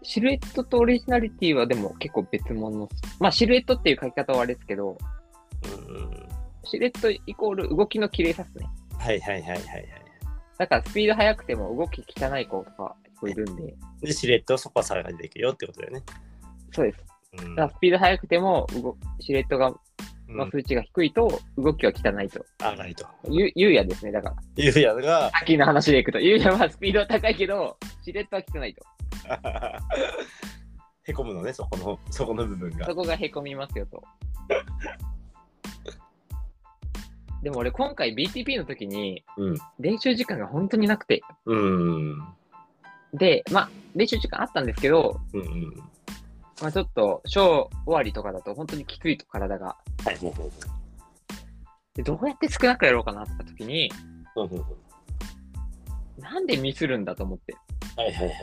S2: シルエットとオリジナリティはでも結構別物。まあシルエットっていう書き方はあれですけど、
S1: うんうん、
S2: シルエットイコール動きの綺麗さですね。
S1: はいはいはいはいはい。
S2: だからスピード速くても動き汚い子とか結構いるんで、
S1: で、シルエットをそこは探りできるよってことだよね。
S2: そうです。
S1: うん
S2: だからスピード速くても動シルエットが
S1: う
S2: の
S1: ん、
S2: 数値が低いと動きは汚いと。
S1: あないと。
S2: ゆゆうやですね。だから、
S1: いうやつが、
S2: さっきの話でいくと、ゆうやはスピードは高いけど、シルエットは汚いと。
S1: へこむのね、そこの、そこの部分が
S2: そ。こがへこみますよと。でも俺今回 BTP の時に
S1: うん。
S2: 練習時間が本当になくて、
S1: うん。
S2: で、まあ練習時間あったんですけど、
S1: うんうん。
S2: まあちょっとショー終わりとかだと本当にきついと体が。
S1: はいはいはい。
S2: で、どうやって少なくやろうかなって時に、
S1: うんうんうん
S2: なんでミスるんだと思って。
S1: はいはいはい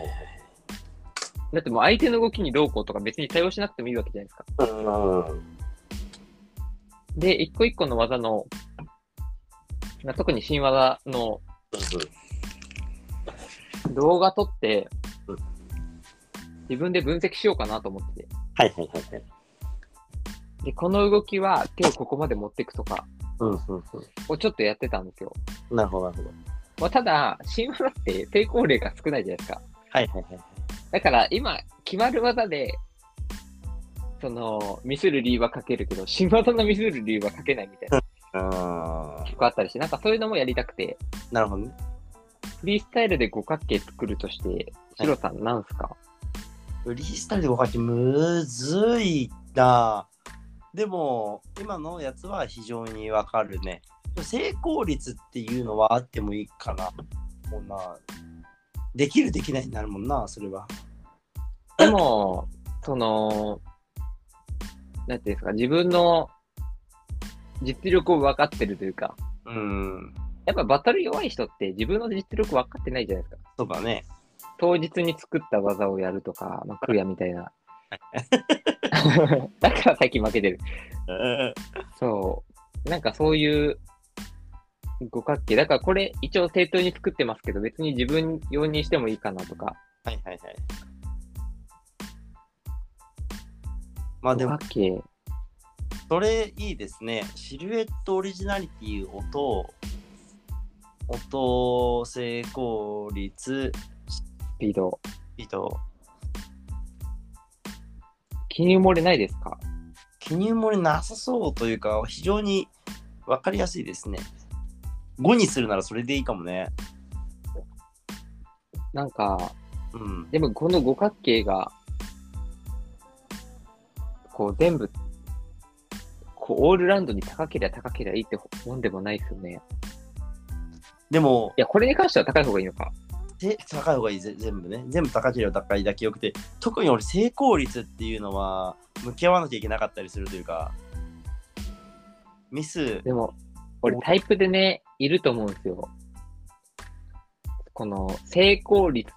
S2: だってもう相手の動きにどうこうとか別に対応しなくてもいいわけじゃないですか。
S1: はい。
S2: で、一個一個の技の、まあ、特に新技の動画撮って
S1: うん、
S2: 自分で分析しようかなと思ってて。
S1: はいはいはいはい。
S2: で、この動きは手をここまで持っていくとか
S1: うんうんうん。
S2: をちょっとやってたんですよ。
S1: なるほどなるほど。
S2: まあ、ただ、新技って成功例が少ないじゃないですか。
S1: はいはいはい。
S2: だから今、決まる技で、その、ミスる理由はかけるけど、新技のミスる理由はかけないみたいな、
S1: あ
S2: 結構あったりして、なんかそういうのもやりたくて、
S1: ーなるほどね。
S2: フリースタイルで五角形作るとして、シロさんなんすか
S1: フリースタイルで5八むずいな。でも、今のやつは非常にわかるね。でも成功率っていうのはあってもいいかな。もうな。できるできないになるもんな、それは。
S2: でも、その、なんていうんですか、自分の実力を分かってるというか、
S1: うん。
S2: やっぱバトル弱い人って自分の実力分かってないじゃないですか。
S1: そうだね。
S2: 当日に作った技をやるとか、まあ、クリアみた いな。だから最近負けてる。そう。なんかそういう五角形。だからこれ一応正当に作ってますけど、別に自分用にしてもいいかなとか。
S1: はいはいはい。まあで
S2: 五
S1: も
S2: 角、形。
S1: それいいですね。シルエットオリジナリティ、音、音、成功率、
S2: スピード。
S1: 人。
S2: 気に埋もれないですか
S1: 記入漏れなさそうというか、非常に分かりやすいですね。5にするならそれでいいかもね。
S2: なんか、
S1: うん。
S2: でもこの五角形が、こう全部、こうオールラウンドに高ければ高ければいいってもんでもないですよね。
S1: でも
S2: い、や、これに関しては高い方がいいのか。
S1: で高い方がいいぜ、全部ね。全部高ければ高いだけよくて、特に俺、成功率っていうのは、向き合わなきゃいけなかったりするというか、ミス、
S2: でも、俺タイプでね、いると思うんですよ。この成功率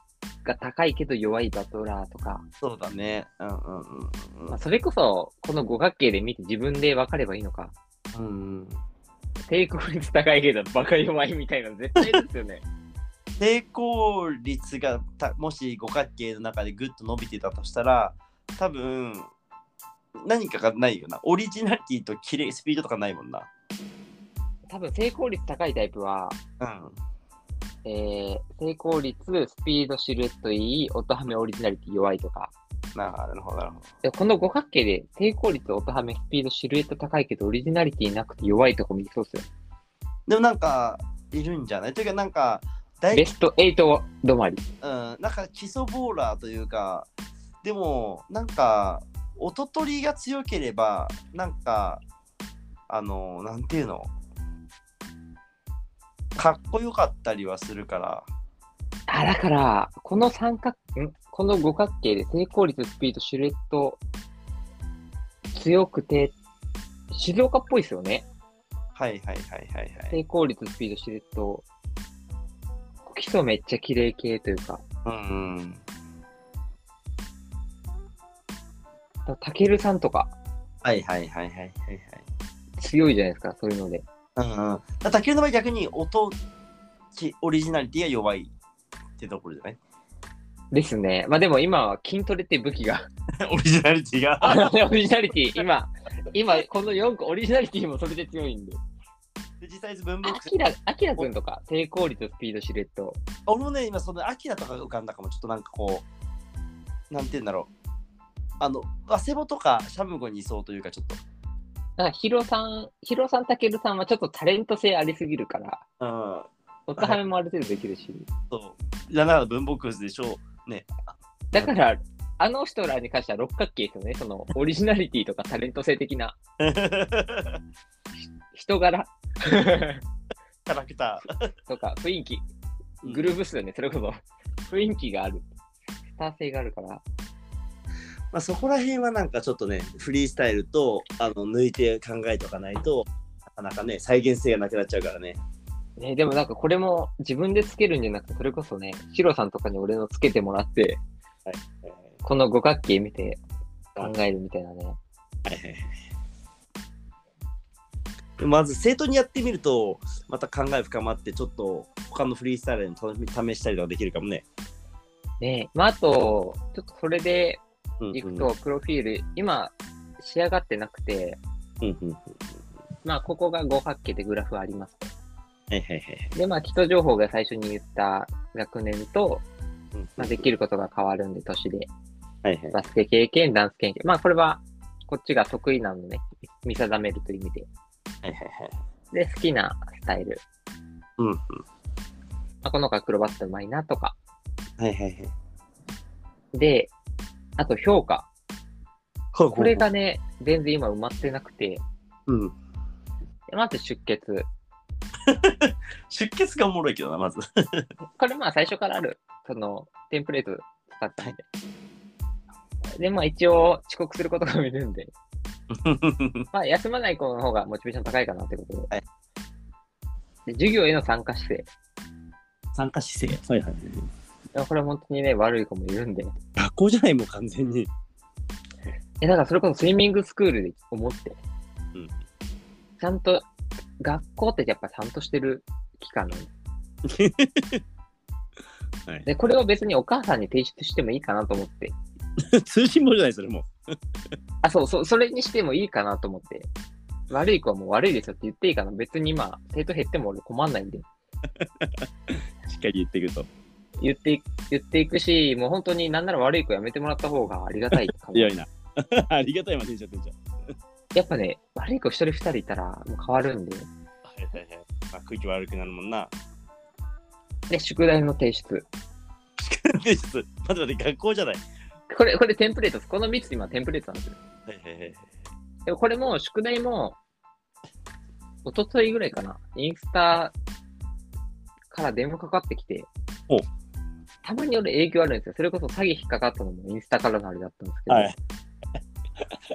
S2: が高いけど弱いバトラーとか、
S1: そうだね。うんうんうんうん
S2: まあ、それこそこの五角形で見て自分で分かればいいのか。
S1: うんうん。
S2: 成功率高いけどバカ弱いみたいなの絶対ですよね。
S1: 成功率がたもし五角形の中でぐっと伸びてたとしたら多分何かがないよなオリジナリティとキレスピードとかないもんな
S2: 多分成功率高いタイプは、
S1: うん
S2: えー、成功率、スピード、シルエットいい、音はめオリジナリティ弱いとか。
S1: ななるほどなるほど
S2: でこの五角形で成功率、音はめ、スピード、シルエット高いけどオリジナリティなくて弱いとこ見そうっすよ。
S1: でもなんかいるんじゃないというかなんか大
S2: ベスト8止まり。
S1: うん、なんか基礎ボーラーというかでもなんか音取りが強ければなんかあのなんていうのかっこよかったりはするから
S2: あ、だから、この三角、んこの五角形で成功率、スピード、シルエット、強くて、静岡っぽいですよね。
S1: はいはいはいはいはい
S2: 成功率、スピード、シルエット。基礎めっちゃ綺麗系というか、
S1: うんうん
S2: たけるさんとか
S1: はいはいはいはいはい
S2: 強いじゃないですか、そういうので。
S1: はいうんうんだ卓球の場合逆に音きオリジナリティが弱いってところじゃない
S2: ですね。まあでも今は筋トレって武器が、
S1: オリジナリティが
S2: あの オリジナリティ、今、 今この4個、オリジナリティもそれで強いんで。
S1: 実際文
S2: あ
S1: 房具
S2: きら、あきらくんとか、成功率、スピード、シルエット。
S1: 俺もね今そのアキラとかが浮かんだかもちょっとなんかこうなんて言うんだろうあの佐世保とかシャムゴにいそうというかちょっと
S2: なんかヒロさん、ヒロさん、たけるさんはちょっとタレント性ありすぎるから、
S1: うん
S2: 音ハメもある程度できるし、
S1: そうだから文房具でしょうね
S2: だから、あの人らに関しては六角形ですよね、そのオリジナリティとかタレント性的な人柄
S1: キャラクター
S2: とか雰囲気、
S1: うん
S2: グルーブっすよね、それこそ。雰囲気がある、スター性があるから、
S1: まあ、そこら辺はなんかちょっとねフリースタイルとあの抜いて考えとかないとなかなかね再現性がなくなっちゃうからね
S2: ね、でもなんかこれも自分でつけるんじゃなくて、それこそね、ヒロさんとかに俺のつけてもらって、
S1: えー
S2: この五角形見て考えるみたいなね。
S1: まず生徒にやってみるとまた考え深まってちょっと他のフリースタイルに試試したりとかできるかもね。
S2: ねまああと、ちょっとそれで
S1: うんうん
S2: 行くと、プロフィール、今、仕上がってなくて、
S1: うんうんうん
S2: まあ、ここが五角形でグラフあります。
S1: はいはいはい
S2: で、まあ、基礎情報が最初に言った学年と、
S1: うん
S2: まあ、できることが変わるんで、年で、
S1: はいはい
S2: バスケ経験、ダンス経験。まあ、これは、こっちが得意なのね、見定めるという意味で。
S1: はいはい
S2: で、好きなスタイル。
S1: うんうん
S2: まあ、この子アクロバットうまいなとか。
S1: はいはいはい
S2: で、あと評価。
S1: ほうほうほう
S2: これがね、全然今埋まってなくて、
S1: うん
S2: でまず出血。
S1: 出血がおもろいけどな まず
S2: これまあ最初からある、その、テンプレート使ったんで。で、まあ一応遅刻することが見れるんで、まあ休まない子の方がモチベーション高いかなってことで。
S1: はい
S2: で授業への参加姿勢。
S1: 参加姿勢はいはい
S2: いやこれ本当にね、悪い子もいるんで。
S1: 学校じゃないもう完全に
S2: え、だからそれこそスイミングスクールで思って。
S1: うん
S2: ちゃんと、学校ってやっぱちゃんとしてる期間なんで。
S1: はい
S2: で、これを別にお母さんに提出してもいいかなと思って。
S1: 通信簿じゃないそれも
S2: あ、そうそう、それにしてもいいかなと思って。悪い子はもう悪いですよって言っていいかな。別に今、生徒減っても俺困んないんで。
S1: しっかり言っていくと
S2: 言ってい、言っていくし、もう本当になんなら悪い子やめてもらった方がありがたいかも。
S1: 強いな ありがたいまでにしちゃってんじゃん
S2: やっぱね、悪い子一人二人いたらもう変わるんで。
S1: はいはいはいまあ空気悪くなるもんな
S2: で、宿題の提出。
S1: でちょっと待って待って学校じゃない
S2: これ、これテンプレートです。この3つ今テンプレートなんですよ。
S1: はいはいはい
S2: でもこれも宿題も、一昨日ぐらいかな。インスタから電話かかってきて
S1: お。
S2: たまに俺影響あるんですよ。それこそ詐欺引っかかったのもインスタからのあれだったんですけど。
S1: はい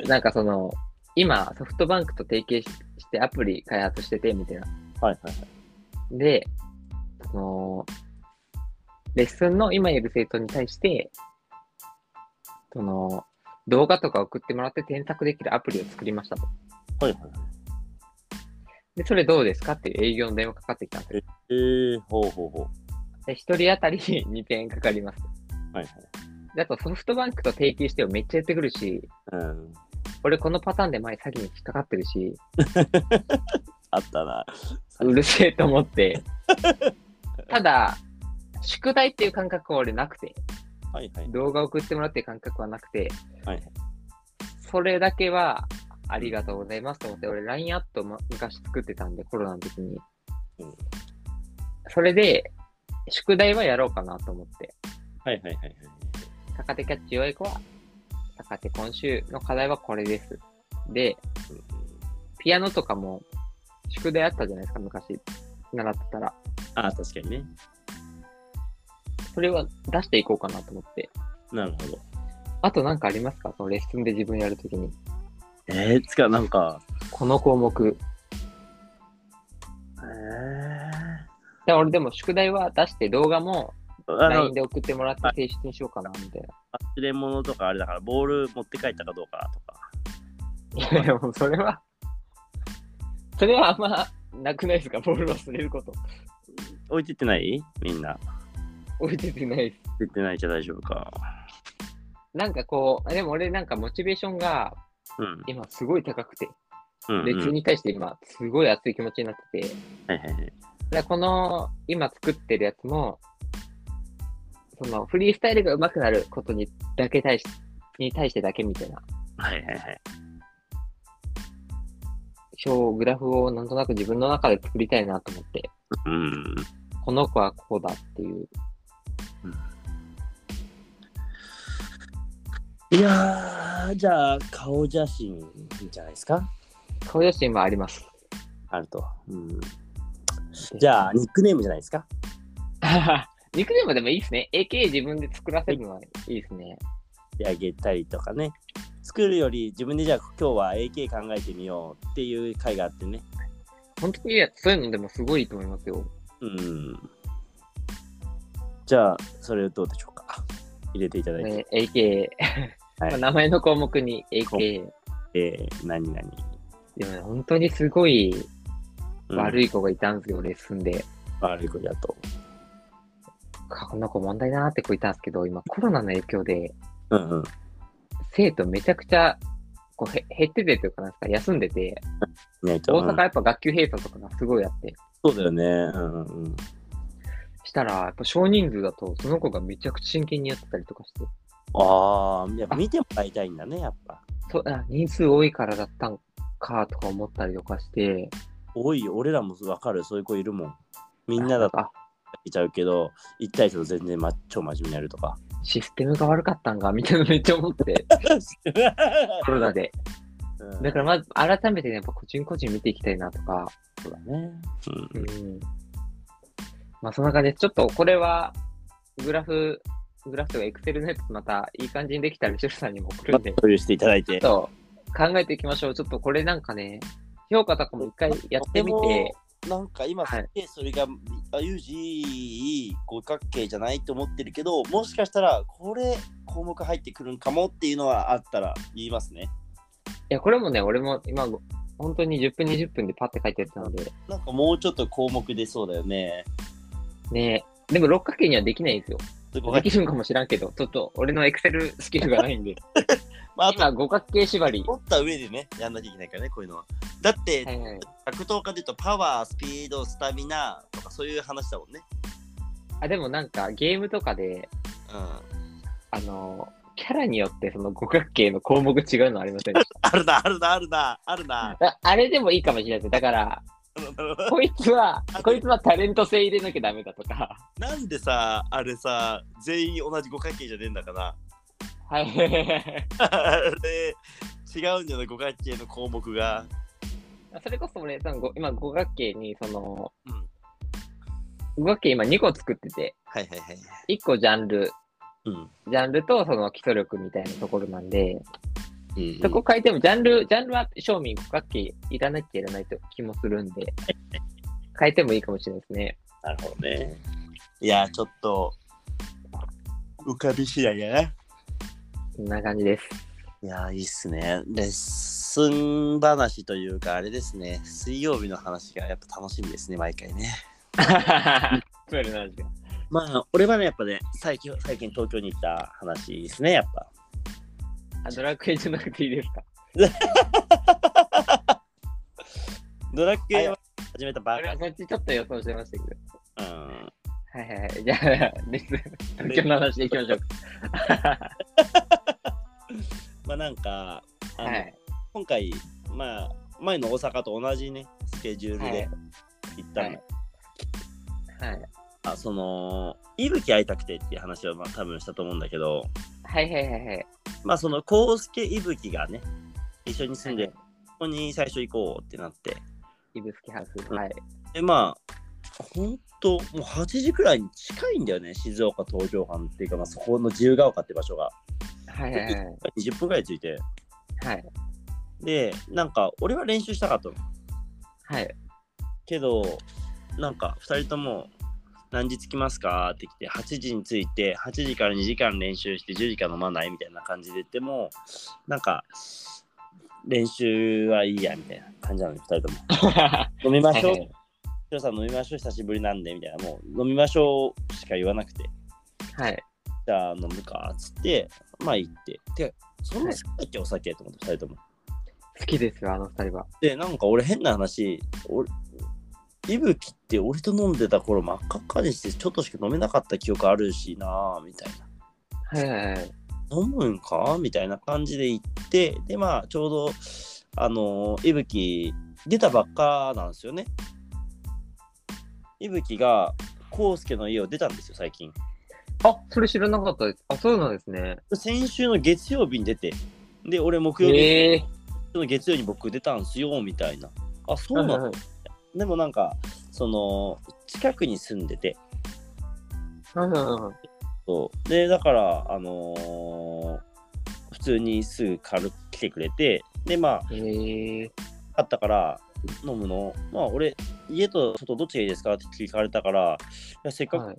S2: なんかその、今ソフトバンクと提携ししてアプリ開発しててみたいな。
S1: はいはい
S2: で、その、レッスンの今いる生徒に対して、その、動画とか送ってもらって添削できるアプリを作りましたと。
S1: はいはい
S2: で、それどうですかっていう営業の電話かかってきたんですよ。
S1: えー、ほうほうほ
S2: で、一人当たり 2点かかります。
S1: うはいはい
S2: で、あとソフトバンクと提携してもめっちゃやってくるし、
S1: うん
S2: 俺このパターンで前詐欺に引っかかってるし、
S1: あったな
S2: うるせえと 思って。ただ、宿題っていう感覚は俺なくて、
S1: はいはい
S2: 動画送ってもらうっていう感覚はなくて、
S1: はい
S2: それだけはありがとうございますと思って、俺 LINE アットも昔作ってたんで、コロナの時に。
S1: うん
S2: それで、宿題はやろうかなと思って、
S1: はいはいはいはい
S2: 高手キャッチ弱い子は、高手今週の課題はこれです。で、ピアノとかも、宿題あったじゃないですか、昔。習ってたら。
S1: ああ、確かにね。
S2: それは出していこうかなと思って。
S1: なるほど。
S2: あとなんかありますかそのレッスンで自分やるときに。
S1: えー、つか、なんか、
S2: この項目。
S1: え
S2: じゃあ俺でも宿題は出して動画も
S1: ー、あの
S2: LINE、で送ってもらって提出にしようかな、みたいな。
S1: 忘れ物とかあれだから、ボール持って帰ったかどうかとか。
S2: いやいや、もうそれは、それはあんまなくないですかボール忘れること。
S1: 置いてってないみんな。
S2: 置いててないです。
S1: 出てないじゃ大丈夫か。
S2: なんかこう、あでも俺なんかモチベーションが
S1: うん。
S2: 今すごい高くて、
S1: うん、うん。
S2: レッスンに対して今すごい熱い気持ちになってて、だか
S1: はいはいはい。
S2: らこの今作ってるやつも、そのフリースタイルが上手くなることにだけ対しに対してだけみたいな
S1: はいはいはい。
S2: 表、グラフをなんとなく自分の中で作りたいなと思って、
S1: うん。
S2: この子はこうだっていう。
S1: いやー、じゃあ、顔写真じゃないですか
S2: 顔写真はあります。
S1: あると。うん。じゃあ、ニックネームじゃないですか
S2: ニックネームでもいいですね。AK 自分で作らせるのはいいですね。
S1: あげたりとかね。作るより自分でじゃあ今日は AK 考えてみようっていう回があってね。
S2: 本当にいいやつ、そういうのでもすごいいいと思いますよ。
S1: うん。じゃあ、それどうでしょうか入れていただいて。
S2: ね、AK、
S1: はい
S2: まあ名前の項目に AK。
S1: えー、何々。
S2: でもね本当にすごい悪
S1: い。
S2: い子がいたんですよ、レッスンで。
S1: 悪い子だと。
S2: この子問題だなって子いたんですけど、今コロナの影響で
S1: うんうん。
S2: 生徒めちゃくちゃこうへ減っててというかなんですか、休んでて、
S1: ねち
S2: 大
S1: ょうん
S2: 阪やっぱ学級閉鎖とかがすごいあって、
S1: そうだよね。うんうんうん。
S2: したら、やっぱ少人数だとその子がめちゃくちゃ真剣にやってたりとかして、
S1: ああ、やっぱ見てもらいたいんだね、やっぱ。
S2: そうあ人数多いからだったんかとか思ったりとかして、
S1: 多いよ、俺らもわかる、そういう子いるもん。みんなだと
S2: あ
S1: いちゃうけど、1対1と全然ま超真面目にやると か。
S2: システムが悪かったんかみたいなのめっちゃ思って、コロナで。
S1: うん
S2: だからまず改めてね、やっぱ個人個人見ていきたいなとか、
S1: そうだね。
S2: う
S1: うん
S2: ん。まあそんな感じで、ちょっとこれはグラフ、グラフとかエクセルのやつまたいい感じにできたら、ミシェルさんにも送るんで、ち
S1: 共有していただい
S2: ょ
S1: て
S2: っ。と考えていきましょう。ちょっとこれなんかね、評価とかも一回やってみて、
S1: でもなんか今
S2: はい
S1: でそれが、あユージいい五角形じゃないと思ってるけどもしかしたらこれ項目入ってくるんかもっていうのはあったら言いますね
S2: いや、これもね、俺も今、本当に10分、20分でパッて書いたやつなので、
S1: なんかもうちょっと項目出そうだよね
S2: ねえ、でも六角形にはできないんですよ。
S1: で五
S2: で
S1: 角
S2: きるんかもしらんけど、ちょっと俺のエクセルスキルがないんで、
S1: まあ、あと
S2: 今五角形縛り。
S1: 持った上でねやんなきゃいけないからねこういうのはだって、
S2: はいはい、
S1: 格闘家で言うとパワースピードスタミナとかそういう話だもんね
S2: あでもなんかゲームとかで、
S1: うん
S2: あのキャラによってその五角形の項目違うのありませんでし
S1: あるなあるなあるなあるな
S2: たああれでもいいかもしれないです。だから、こいつは
S1: あ、
S2: こいつはタレント性入れなきゃダメだとか。
S1: なんでさあれさ全員同じ五角形じゃねえんだから
S2: はい。
S1: あれ違うんじゃない五角形の項目が。
S2: それこそ俺、そのご今五角形にその、
S1: うん。
S2: 五角形今2個作ってて、
S1: はいはいはい。
S2: 1個ジャンル、
S1: うん。
S2: ジャンルとその基礎力みたいなところなんで、
S1: うん
S2: そこ変えても、ジャンル、ジャンルは正味五角形いらないっていらないと気もするんで、変えてもいいかもしれないですね。
S1: なるほどね。いや、ちょっと、浮かび次第やね。
S2: こんな感じです。
S1: いや、いいっすね。レッスン話というか、あれですね。水曜日の話がやっぱ楽しみですね、毎回ね。
S2: プールの話が
S1: まあ、俺はね、やっぱね、最近、最近東京に行った話ですね、やっぱ。
S2: あドラクエじゃなくていいですか
S1: ドラクエを始めたばっ
S2: 俺
S1: か
S2: はそっちちょっと予想してましたけど。
S1: うん。
S2: はいはいはい。じゃあ、レッスン、 東京の話でいきましょうか。
S1: まあ、なんか、あの
S2: はい。
S1: 今回、まあ、前の大阪と同じね、スケジュール
S2: は
S1: で
S2: い
S1: 行ったんだ、
S2: はいはい。
S1: あその、いぶき会いたくてっていう話を、まあ、多分したと思うんだけど、
S2: はいはいはいはい。
S1: まあ、その、コ介スケいぶきがね、一緒に住んでるこに最初行こうってなって。
S2: 指宿ハウス。
S1: うん
S2: はい。
S1: で、まあ、本当もう8時くらいに近いんだよね、静岡東上藩っていうか、まあ、そこの自由が丘って場所が。
S2: はいはいはい。
S1: 20分くらい着いて。
S2: はい。
S1: で、なんか、俺は練習したかったの。
S2: はい。
S1: けど、なんか、2人とも、何時着きますかって来て、8時に着いて、8時から2時間練習して、10時間飲まないみたいな感じで言っても、なんか、練習はいいやみたいな感じなの、2人とも。 飲みましょう。
S2: はいはい
S1: ひろさん飲みましょう、久しぶりなんで、みたいな。もう飲みましょうしか言わなくて。
S2: はい。
S1: じゃあ飲むか、つって、まあ行って。てか、そんな好きだっけ、お酒と思って、二人とも。
S2: 好きですよ、あの二人は。
S1: で、なんか俺変な話、俺、いぶきって俺と飲んでた頃真っ赤っかにしてちょっとしか飲めなかった記憶あるしなぁみたいな。
S2: はいはいはい。
S1: 飲むんかみたいな感じで行って、で、まあちょうど、あのー、いぶき出たばっかなんですよね。いぶきが、こうすけの家を出たんですよ、最近。
S2: あ、それ知らなかったです。あ、そうなんですね。
S1: 先週の月曜日に出て、で、俺木曜日
S2: ええ
S1: の月曜に僕出たんすよ、みたいな。あ、そうなの
S2: はい
S1: でもなんか、その、近くに住んでて、
S2: はいは
S1: そう。で、だから、あのー普通にすぐ軽く来てくれて、で、まあ、
S2: いはい。ええ
S1: あったから、飲むの、まあ、俺、家と外どっちがいいですかって聞かれたから、いやせっかく
S2: はい。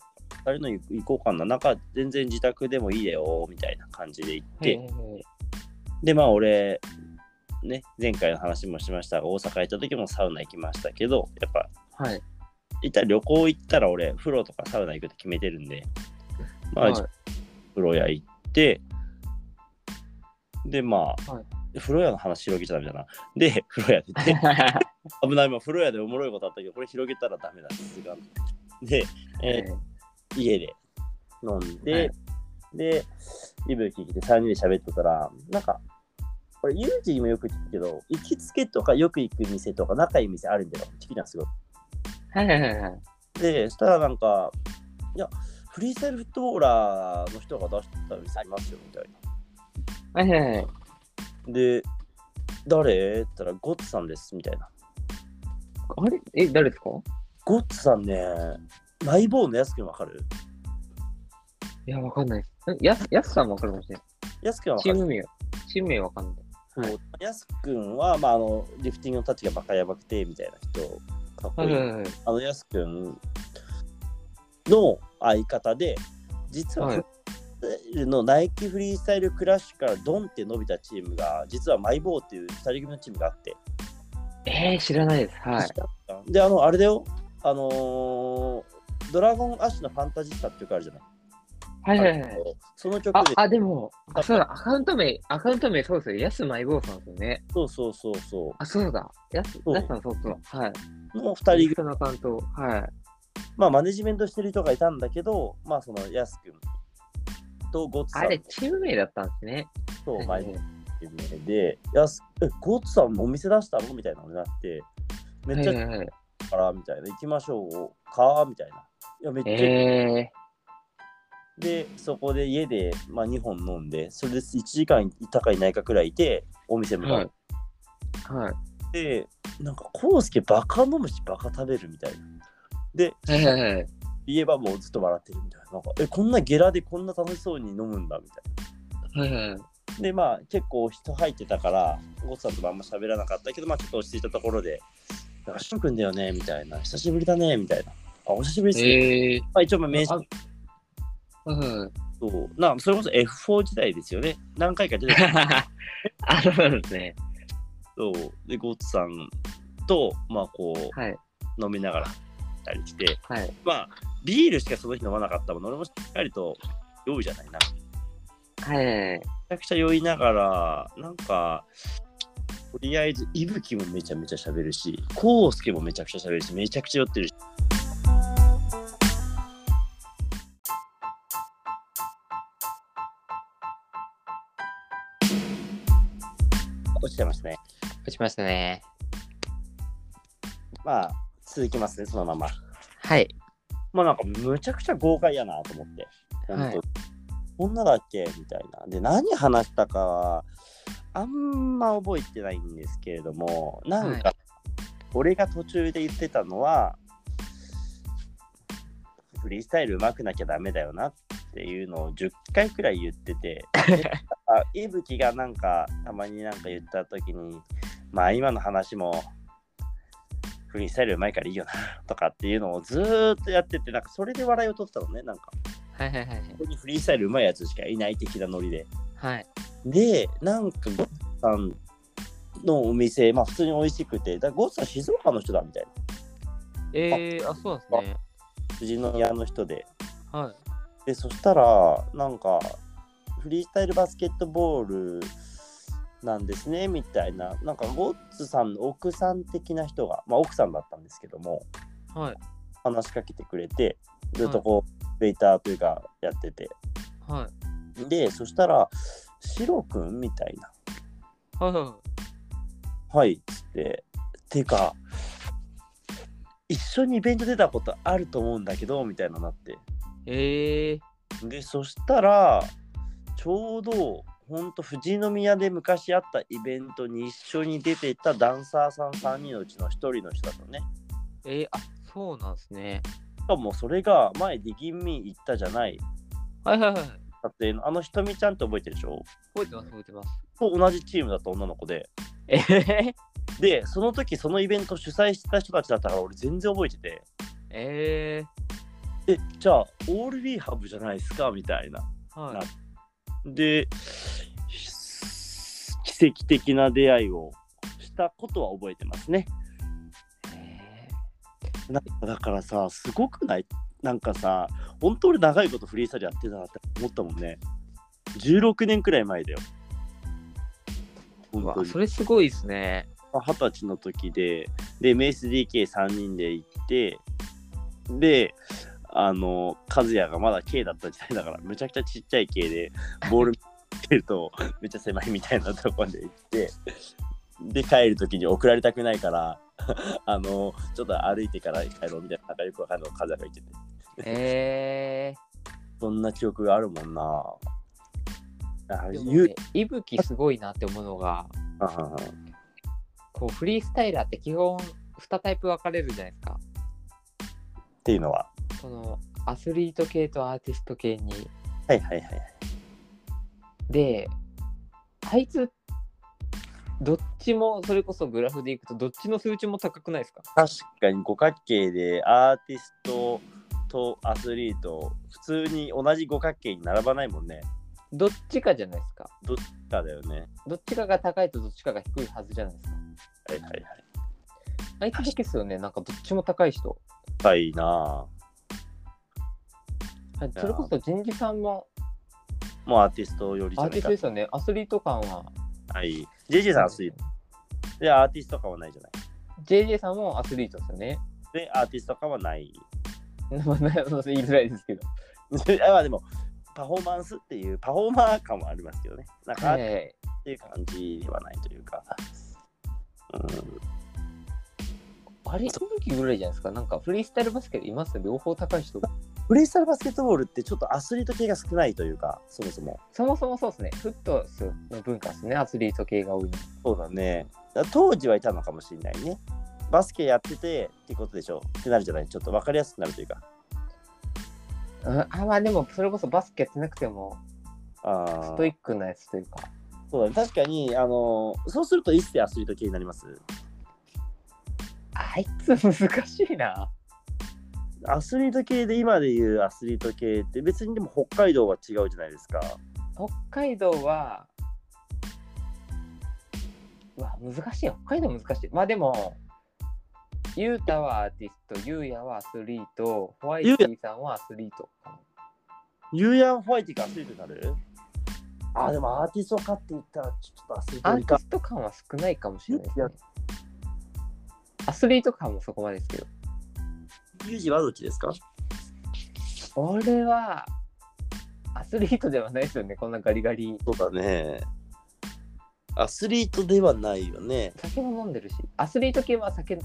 S1: 二人の行こうかな、なんか全然自宅でもいいだよ、みたいな感じで行って、でまあ俺ね前回の話もしましたが大阪行った時もサウナ行きましたけどやっぱ
S2: はいはい。
S1: 一旦旅行行ったら俺風呂とかサウナ行くって決めてるんでまあ、
S2: はい。
S1: 風呂屋行ってでまあ、
S2: はい
S1: 風呂屋の話広げちゃダメだなで風呂屋で行って 危ない今風呂屋でおもろいことあったけどこれ広げたらダメださすがにで、えー家で飲んで、
S2: はい
S1: で、いぶき来て3人で喋ってたら、なんか、これ、ゆうじにもよく聞くけど、行きつけとかよく行く店とか仲いい店あるんだよ。聞きなんですよ。
S2: はいはいはいはい。
S1: で、したらなんか、いや、フリースタイルフットボーラーの人が出してた店ありますよ、みたい
S2: はいはいはい。
S1: な。で、誰って言ったら、ゴッツさんです、みたいな。
S2: あれえ、誰ですか
S1: ゴッツさんね、マイボーンのやすくんわかる
S2: いや、わかんないです。んやす、やすさんわかるかもしれない。
S1: やすくんはわ
S2: チ
S1: か
S2: ー
S1: る
S2: ム名、チーム名わかんない。
S1: そうやすくんは、まあ、あの、リフティングのタッチがバカやばくて、みたいな人、かっこ
S2: はいい
S1: い。
S2: はいはい。
S1: あのやすくんの相方で、実は
S2: はい
S1: フリースタイルのナイキフリースタイルクラッシュからドンって伸びたチームが、実はマイボーっていう2人組のチームがあって、
S2: ええ知らないです。はい。
S1: で、あの、あれだよ、あのードラゴンアッシュのファンタジスタっていうかあるじゃない。
S2: はいはいはい。
S1: その曲
S2: あ
S1: で、、
S2: あ、でも、あ、そうだ、アカウント名、アカウント名そうですよ。やすまいぼうさんですよね。
S1: そうそうそうそ
S2: あ、そうだ。やす、
S1: そう
S2: やすさんそうそう。はい。
S1: う、の2
S2: タ
S1: 人組
S2: クトのアカウント、は
S1: まあ、マネジメントしてる人がいたんだけど、まあ、その、やすくんとゴッツ
S2: い。
S1: さ
S2: あれ、
S1: ん
S2: チーム名だったんですね。
S1: と
S2: は
S1: マ
S2: い
S1: イボーっていう名で、やすえ、ゴッツさんお店出したのみたいなのになって、めっちゃ
S2: はいはいはい
S1: からみたいな、行きましょうかみたいな。いや、めっちゃ、
S2: え
S1: で、そこで家で、まあ、2本飲んで、それで1時間いたかいないかくらいいて、お店
S2: え
S1: 向かっ
S2: はい。はい。
S1: て、なんか、コウスケバカ飲むし、バカ食べるみたいな。で、
S2: はいはいはい。
S1: 言えばもうずっと笑ってるみたいな。なんか、え、こんなゲラでこんな楽しそうに飲むんだみたい
S2: はいはいはい。
S1: な。で、まあ、結構人入ってたから、ゴッツさんともあんま喋らなかったけど、まあ、ちょっと落ち着いたところで、なんか、しゅんくんだよねみたいな。久しぶりだねみたいな。あ、お久しぶりですね。
S2: ええ
S1: まあ、一応、まあ名刺
S2: あはいはいはい。
S1: そうなそれこそ F4 時代ですよね。何回か出てた
S2: あ、そうなんですね。
S1: そうで、ゴッツさんと、まあ、こ
S2: はい。
S1: う、飲みながら行ったりして、
S2: はい。
S1: まあ、ビールしかその日飲まなかったもん、俺もしっかりと酔うじゃないな。めち
S2: はいはいはい。
S1: ゃくちゃ酔いながら、なんか、とりあえず、いぶきもめちゃめちゃ喋るし、こうすけもめちゃくちゃ喋るし、めちゃくちゃ酔ってるし。落ちてますね。
S2: 落ちましたね。
S1: まあ、続きますね、そのまま。
S2: はい。
S1: まあ、なんか、むちゃくちゃ豪快やなと思って。本当、
S2: はい
S1: こんなだっけみたいな。で、何話したかは、あんま覚えてないんですけれどもなんか、俺が途中で言ってたのはフリースタイル上手くなきゃダメだよなっていうのを10回くらい言っててあ伊吹がなんかたまになんか言った時にまあ今の話もフリースタイル上手いからいいよなとかっていうのをずーっとやっててなんかそれで笑いを取ってたのねなんか
S2: はいはいはい
S1: ここにフリースタイル上手いやつしかいない的なノリで
S2: はい。
S1: でなんかゴッツさんのお店まあ普通に美味しくてだゴッツさん静岡の人だみたいな
S2: えー、あ、そうなんですね。
S1: 辻の家の人で
S2: は
S1: でそしたらなんかフリースタイルバスケットボールなんですねみたいななんかゴッツさんの奥さん的な人が、まあ、奥さんだったんですけども
S2: い。はい。
S1: 話しかけてくれてずっとこう、ベイターというかやってて
S2: はい。
S1: でそしたら「シロくん?」みたいな
S2: はいは
S1: 「はい」っつって「てか一緒にイベント出たことあると思うんだけど」みたいななって
S2: い。え
S1: でそしたらちょうどほんと富士宮で昔あったイベントに一緒に出てたダンサーさん3人のうちの1人の人だったのね。
S2: ー、えー、あ、そうなんですね。
S1: しかもそれが前ディギンミー行ったじゃない
S2: はいはいはい。
S1: 撮影のあのひとみちゃんって覚えてるでしょ
S2: 覚えてます覚えてます。
S1: と同じチームだった女の子で
S2: えー、
S1: でその時そのイベント主催してた人たちだったから俺全然覚えてて
S2: え
S1: でじゃあオールリーハブじゃないですかみたいな
S2: ー、は。
S1: ないで奇跡的な出会いをしたことは覚えてますね
S2: え
S1: なんかだからさすごくないなんかさ本当俺長いことフリースタイルやってたなって思ったもんね16年くらい前だよ
S2: ー、う
S1: 本当
S2: わ、
S1: に
S2: それすごいですね。
S1: 二十歳の時でで MSDK3 人で行ってであの和也がまだ K だった時代だからむちゃくちゃちっちゃい K でボール見てると めっちゃ狭いみたいなとこで行ってで帰る時に送られたくないから あのちょっと歩いてから帰ろうみたいななんかよくわかんない和也が言ってて
S2: え
S1: そんな記憶があるもんなあ
S2: ー、でも
S1: ゆう
S2: ね、いぶきすごいなって思うのが、
S1: あ
S2: こうフリースタイラーって基本2タイプ分かれるじゃないですか。
S1: っていうのは
S2: そのアスリート系とアーティスト系に。
S1: はいはいはいはい
S2: で、あいつ、どっちもそれこそグラフでいくとどっちの数値も高くないですか
S1: 確かに五角形でアーティストとアスリート普通に同じ五角形に並ばないもんね
S2: どっちかじゃないですか。
S1: どっちかだよね
S2: どっちかが高いとどっちかが低いはずじゃないですか。
S1: はいはいはい
S2: あいつだけですよね、なんかどっちも高い人。
S1: 高いな
S2: はいそれこそ人事さんも
S1: ぁもうアーティストよりじ
S2: ア
S1: ゃ
S2: ー
S1: な
S2: ティ
S1: いか
S2: ストですよね、アスリート感は。
S1: はい。JJ さんアスリート。で、アーティスト感はないじゃない。
S2: JJ さんもアスリートですよね。
S1: で、アーティスト感はない。
S2: まあ、な言いづらいですけど。
S1: あまあでも、パフォーマンスっていう、パフォーマー感はありますけどね。なんか、
S2: は
S1: っ
S2: い。
S1: ていう感じではないというか。うん、
S2: あれ、いぶきぐらいじゃないですか。なんかフリースタイルバスケでいますよ、両方高い人。
S1: フリースタイルバスケットボールってちょっとアスリート系が少ないというか、そもそも。
S2: そもそもそうですね。フットスの文化ですね、アスリート系が多いの。
S1: そうだね。だ当時はいたのかもしれないね。バスケやっててってことでしょってなるじゃないちょっと分かりやすくなるというか。
S2: うん、あ、まあでも、それこそバスケやってなくても、
S1: あ
S2: ストイ
S1: ー
S2: ックなやつというか。
S1: そうだね。確かに、あのそうすると一世アスリート系になります。
S2: あいつ難しいな。
S1: アスリート系で今で言うアスリート系って別にでも北海道は違うじゃないですか。
S2: 北海道は、うわ、難しい。北海道難しい。まあでも、ユータはアーティスト、ユーヤはアスリート、ホワイティさんはアスリート。
S1: ユーヤン・ホワイティがアスリートになるあー、でもアーティストかって言ったらちょっとアスリー
S2: ア
S1: ト
S2: ー
S1: に
S2: ティ
S1: か。
S2: スト感は少ないかもしれないです、ね。アスリート感もそこまでですけど。
S1: ユージはどっちですか
S2: 俺はアスリートではないですよねこんなガリガリ
S1: そうだね。アスリートではないよね。
S2: 酒も飲んでるしアスリート系は酒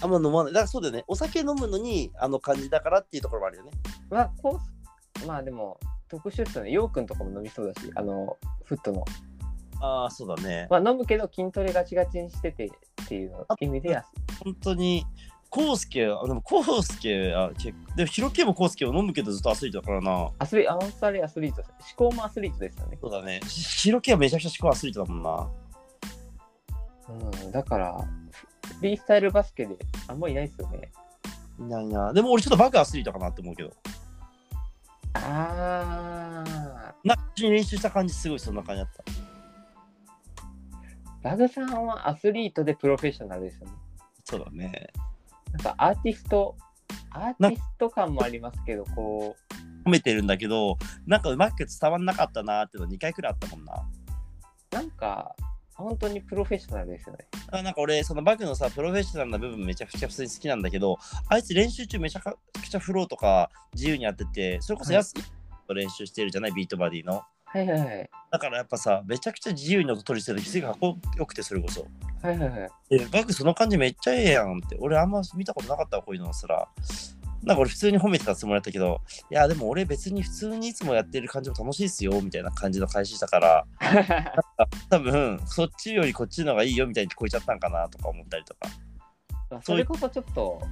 S1: あんま飲まない。だからそうだよね。お酒飲むのにあの感じだからっていうところもあるよね。
S2: はこうまあでも特殊っすよねようくんとかも飲みそうだしあのフットの
S1: ああ、そうだね。
S2: まあ、飲むけど筋トレガチガチにしててっていう意味では、
S1: 本当に、コウスケ、あでもコウスケ、あ結でも、ヒロケもコウスケも飲むけどずっとアスリートだからな。
S2: アスリあの二人アスリート、思考もアスリートですよね。
S1: そうだね。ヒロケはめちゃくちゃ思考アスリートだもんな。
S2: うん、だから、フリースタイルバスケであんまりいないですよね。
S1: いないな。でも俺ちょっとバカアスリートかなって思うけど。
S2: あー、
S1: なんか一緒に練習した感じすごいそんな感じだった。
S2: バグさんはアスリートでプロフェッショナルですよね。
S1: そうだね。
S2: なんかアーティスト、アーティスト感もありますけど、こう、
S1: 褒めてるんだけど、なんかうまく伝わんなかったなーっていうの2回くらいあったもんな。
S2: なんか、本当にプロフェッショナルですよね。
S1: あなんか俺、そのバグのさ、プロフェッショナルな部分めちゃくちゃ普通に好きなんだけど、あいつ練習中めちゃくちゃフローとか自由にやってて、それこそやす、練習してるじゃない、ビートバディの。
S2: はいはいはい。
S1: だからやっぱさ、めちゃくちゃ自由に音取りしてる気がかっこよくて、それこそ。
S2: はいはいはい。
S1: えバグその感じめっちゃええやんって。俺あんま見たことなかったわ、こういうのすら。なんか俺普通に褒めてたつもりだったけど、いやでも俺別に普通にいつもやってる感じも楽しいっすよ、みたいな感じの返ししたから、 多分そっちよりこっちの方がいいよみたいに聞こえちゃったんかなとか思ったりとか。
S2: まあそれこそちょっと思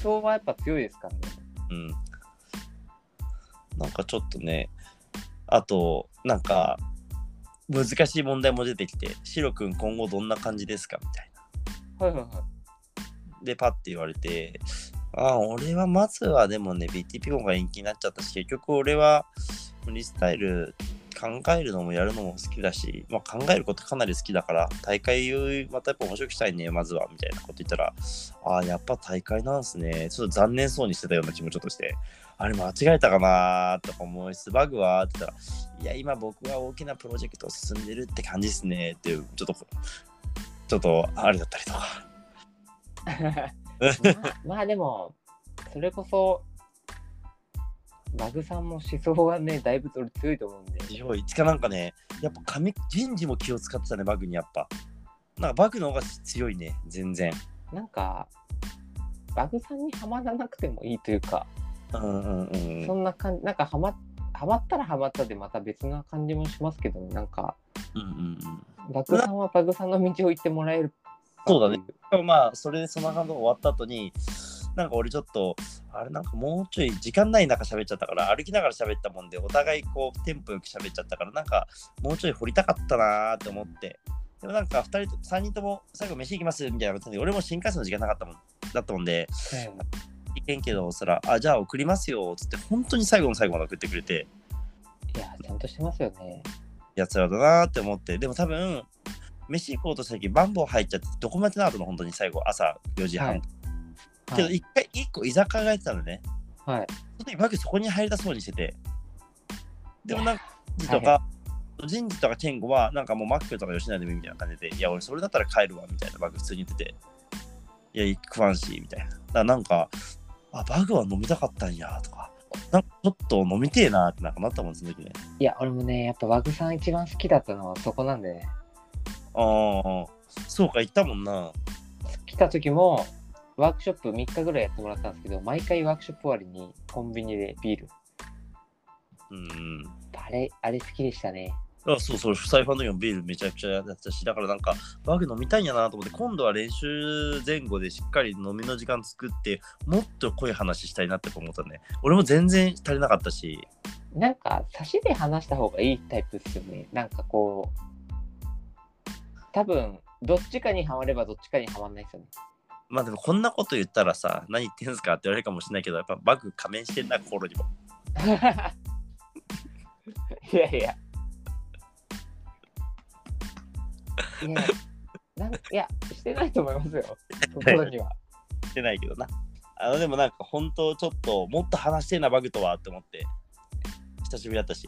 S2: 想はやっぱ強いですからね。
S1: うん。なんかちょっとね、あと、なんか、難しい問題も出てきて、シロ君今後どんな感じですかみたいな。
S2: はいはいはい。
S1: で、パッて言われて、ああ、俺はまずはでもね、BTP コンが延期になっちゃったし、結局俺はフリースタイル考えるのもやるのも好きだし、まあ、考えることかなり好きだから、大会をまたやっぱ面白くしたいね、まずは、みたいなこと言ったら、ああ、やっぱ大会なんすね。ちょっと残念そうにしてたような気もちょっとして、あれ間違えたかなーとか思いつつ、バグはって言ったら、いや、今僕は大きなプロジェクトを進んでるって感じですね、っていう、ちょっと、ちょっとあれだったりとか。
S2: まあ、まあでも、それこそ、バグさんも思想はね、だいぶ俺強いと思うんで。
S1: 地方いつかなんかね、やっぱ髪、人事も気を使ってたね、バグにやっぱ。なんかバグの方が強いね、全然。
S2: なんか、バグさんにはまらなくてもいいというか、
S1: うんうんうん
S2: そ。んな感じ、なんかはまはまったらはまったでまた別な感じもしますけどね、なんか、
S1: うんうん
S2: バグさんはバグさんの道を行ってもらえる。
S1: そうだね。うん、まあ、それでその感動が終わった後に、なんか俺ちょっと、あれなんかもうちょい時間ない中喋っちゃったから、歩きながら喋ったもんで、お互いこう、テンポよく喋っちゃったから、なんかもうちょい掘りたかったなーって思って。でもなんか2人と3人とも最後飯行きますみたいなことで俺も新幹線の時間なかったもんだったもんで
S2: うん
S1: 行けんけどそしたら「あじゃあ送りますよ」っつって本当に最後の最後まで送ってくれて
S2: いや、ちゃんとしてますよね。
S1: やつらだなーって思ってでも多分飯行こうとした時バンボー入っちゃってどこもやってなかったの本当に最後朝4時半、
S2: はい
S1: けど
S2: はい。
S1: 一回一個居酒屋がやってたのね
S2: はい、
S1: その時バグそこに入りたそうにしててでもなんか人事と
S2: は
S1: か人事とか健吾はなんかもうマックとか吉永でもいいみたいな感じでいや俺それだったら帰るわみたいなバグ普通に言ってていや食わんしみたいなだからなんかあバグは飲みたかったんやとかなんかちょっと飲みてえなってなんかなったもんその時ね
S2: いや、俺もね、やっぱバグさん一番好きだったのはそこなんでね。
S1: ああそうか言ったもんな
S2: 来た時もワークショップ3日ぐらいやってもらったんですけど毎回ワークショップ終わりにコンビニでビール
S1: うん
S2: あれあれ好きでしたね
S1: あそうそう、財布の時もビールめちゃくちゃやってたし、だからなんか、バグ飲みたいんやなと思って、今度は練習前後でしっかり飲みの時間作って、もっと濃い話したいなって思ったね。俺も全然足りなかったし、
S2: なんか差しで話した方がいいタイプっすよねなんかこう多分どっちかにはまればどっちかにはまんないですよね
S1: まあでもこんなこと言ったらさ、何言ってんすかって言われるかもしれないけど、やっぱバグ仮面してんな、心にも。
S2: いやいやいやなんいやしてないと思い ますよ心には
S1: してないけどな。あのでもなんか、本当ちょっと、もっと話してんな、バグとはって思って、久しぶりだったし、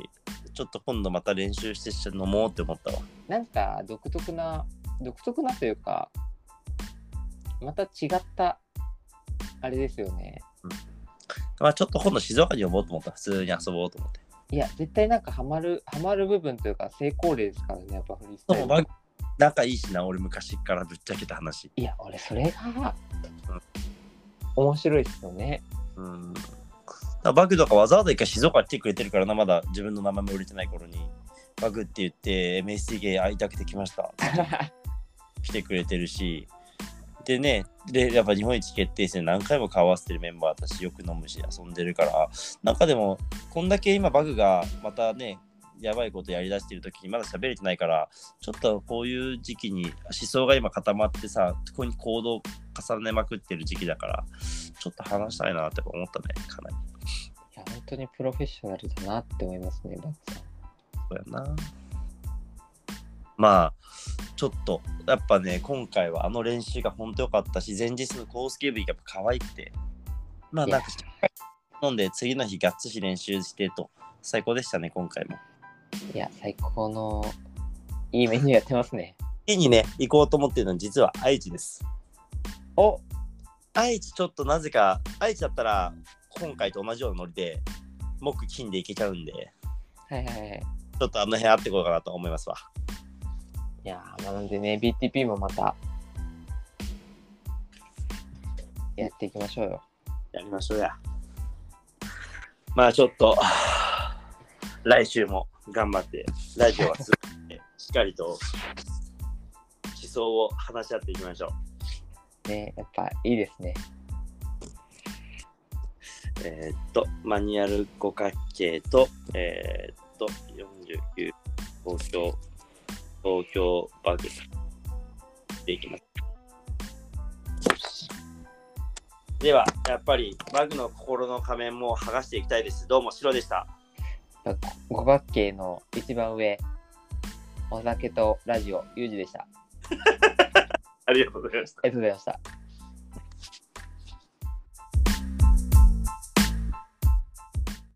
S1: ちょっと今度また練習して飲もうって思ったわ。
S2: なんか独特な独特なというかまた違ったあれですよね
S1: まあちょっと今度静岡に呼ぼうと思った、普通に遊ぼうと思って。
S2: いや絶対なんかハマるハマる部分というか成功例ですからねやっぱフリースタ
S1: そう
S2: イ
S1: ま
S2: ル
S1: あ仲いいしな、俺昔からぶっちゃけた話。
S2: いや俺それが面白いですよね
S1: うん。だからバグとかわざわざ一回静岡に来てくれてるからな、まだ自分の名前も売れてない頃に。バグって言って MST 系会いたくて来ました来てくれてるしでねでやっぱ日本一決定戦何回も顔合わせてるメンバーたちよく飲むし遊んでるからなんかでもこんだけ今バグがまたねやばいことやりだしてる時にまだ喋れてないからちょっとこういう時期に思想が今固まってさここに行動重ねまくってる時期だからちょっと話したいなって思ったねかなり
S2: いや、本当にプロフェッショナルだなって思いますね、バグさん。
S1: そうやなまあちょっとやっぱね今回はあの練習が本当良かったし前日のコースケーブリがやっぱ可愛くてまあ
S2: いや
S1: なんか飲んで次の日がっつり練習してと最高でしたね今回も
S2: いや、最高のいいメニューやってますね。
S1: 家にね行こうと思ってるのは実は愛知です
S2: お
S1: 愛知ちょっとなぜか愛知だったら今回と同じようなノリで木金で行けちゃうんで
S2: はいはいはい。
S1: ちょっとあの辺あってこようかなと思いますわ
S2: いやー、まあなんでね、BTP もまた、やっていきましょうよ。
S1: やりましょうやまあちょっとはあ来週も頑張ってラジオは続けてしっかりと思想を話し合っていきましょう、
S2: ね、やっぱいいですね。
S1: えーっとマニュアル五角形とえーっと49東京東京バグでいきますではやっぱりバグの心の仮面も剥がしていきたいですどうもシロでした
S2: やっぱ五角形の一番上、お酒とラジオ、ユージでした。あ
S1: ありがとうございました
S2: りがとうございました。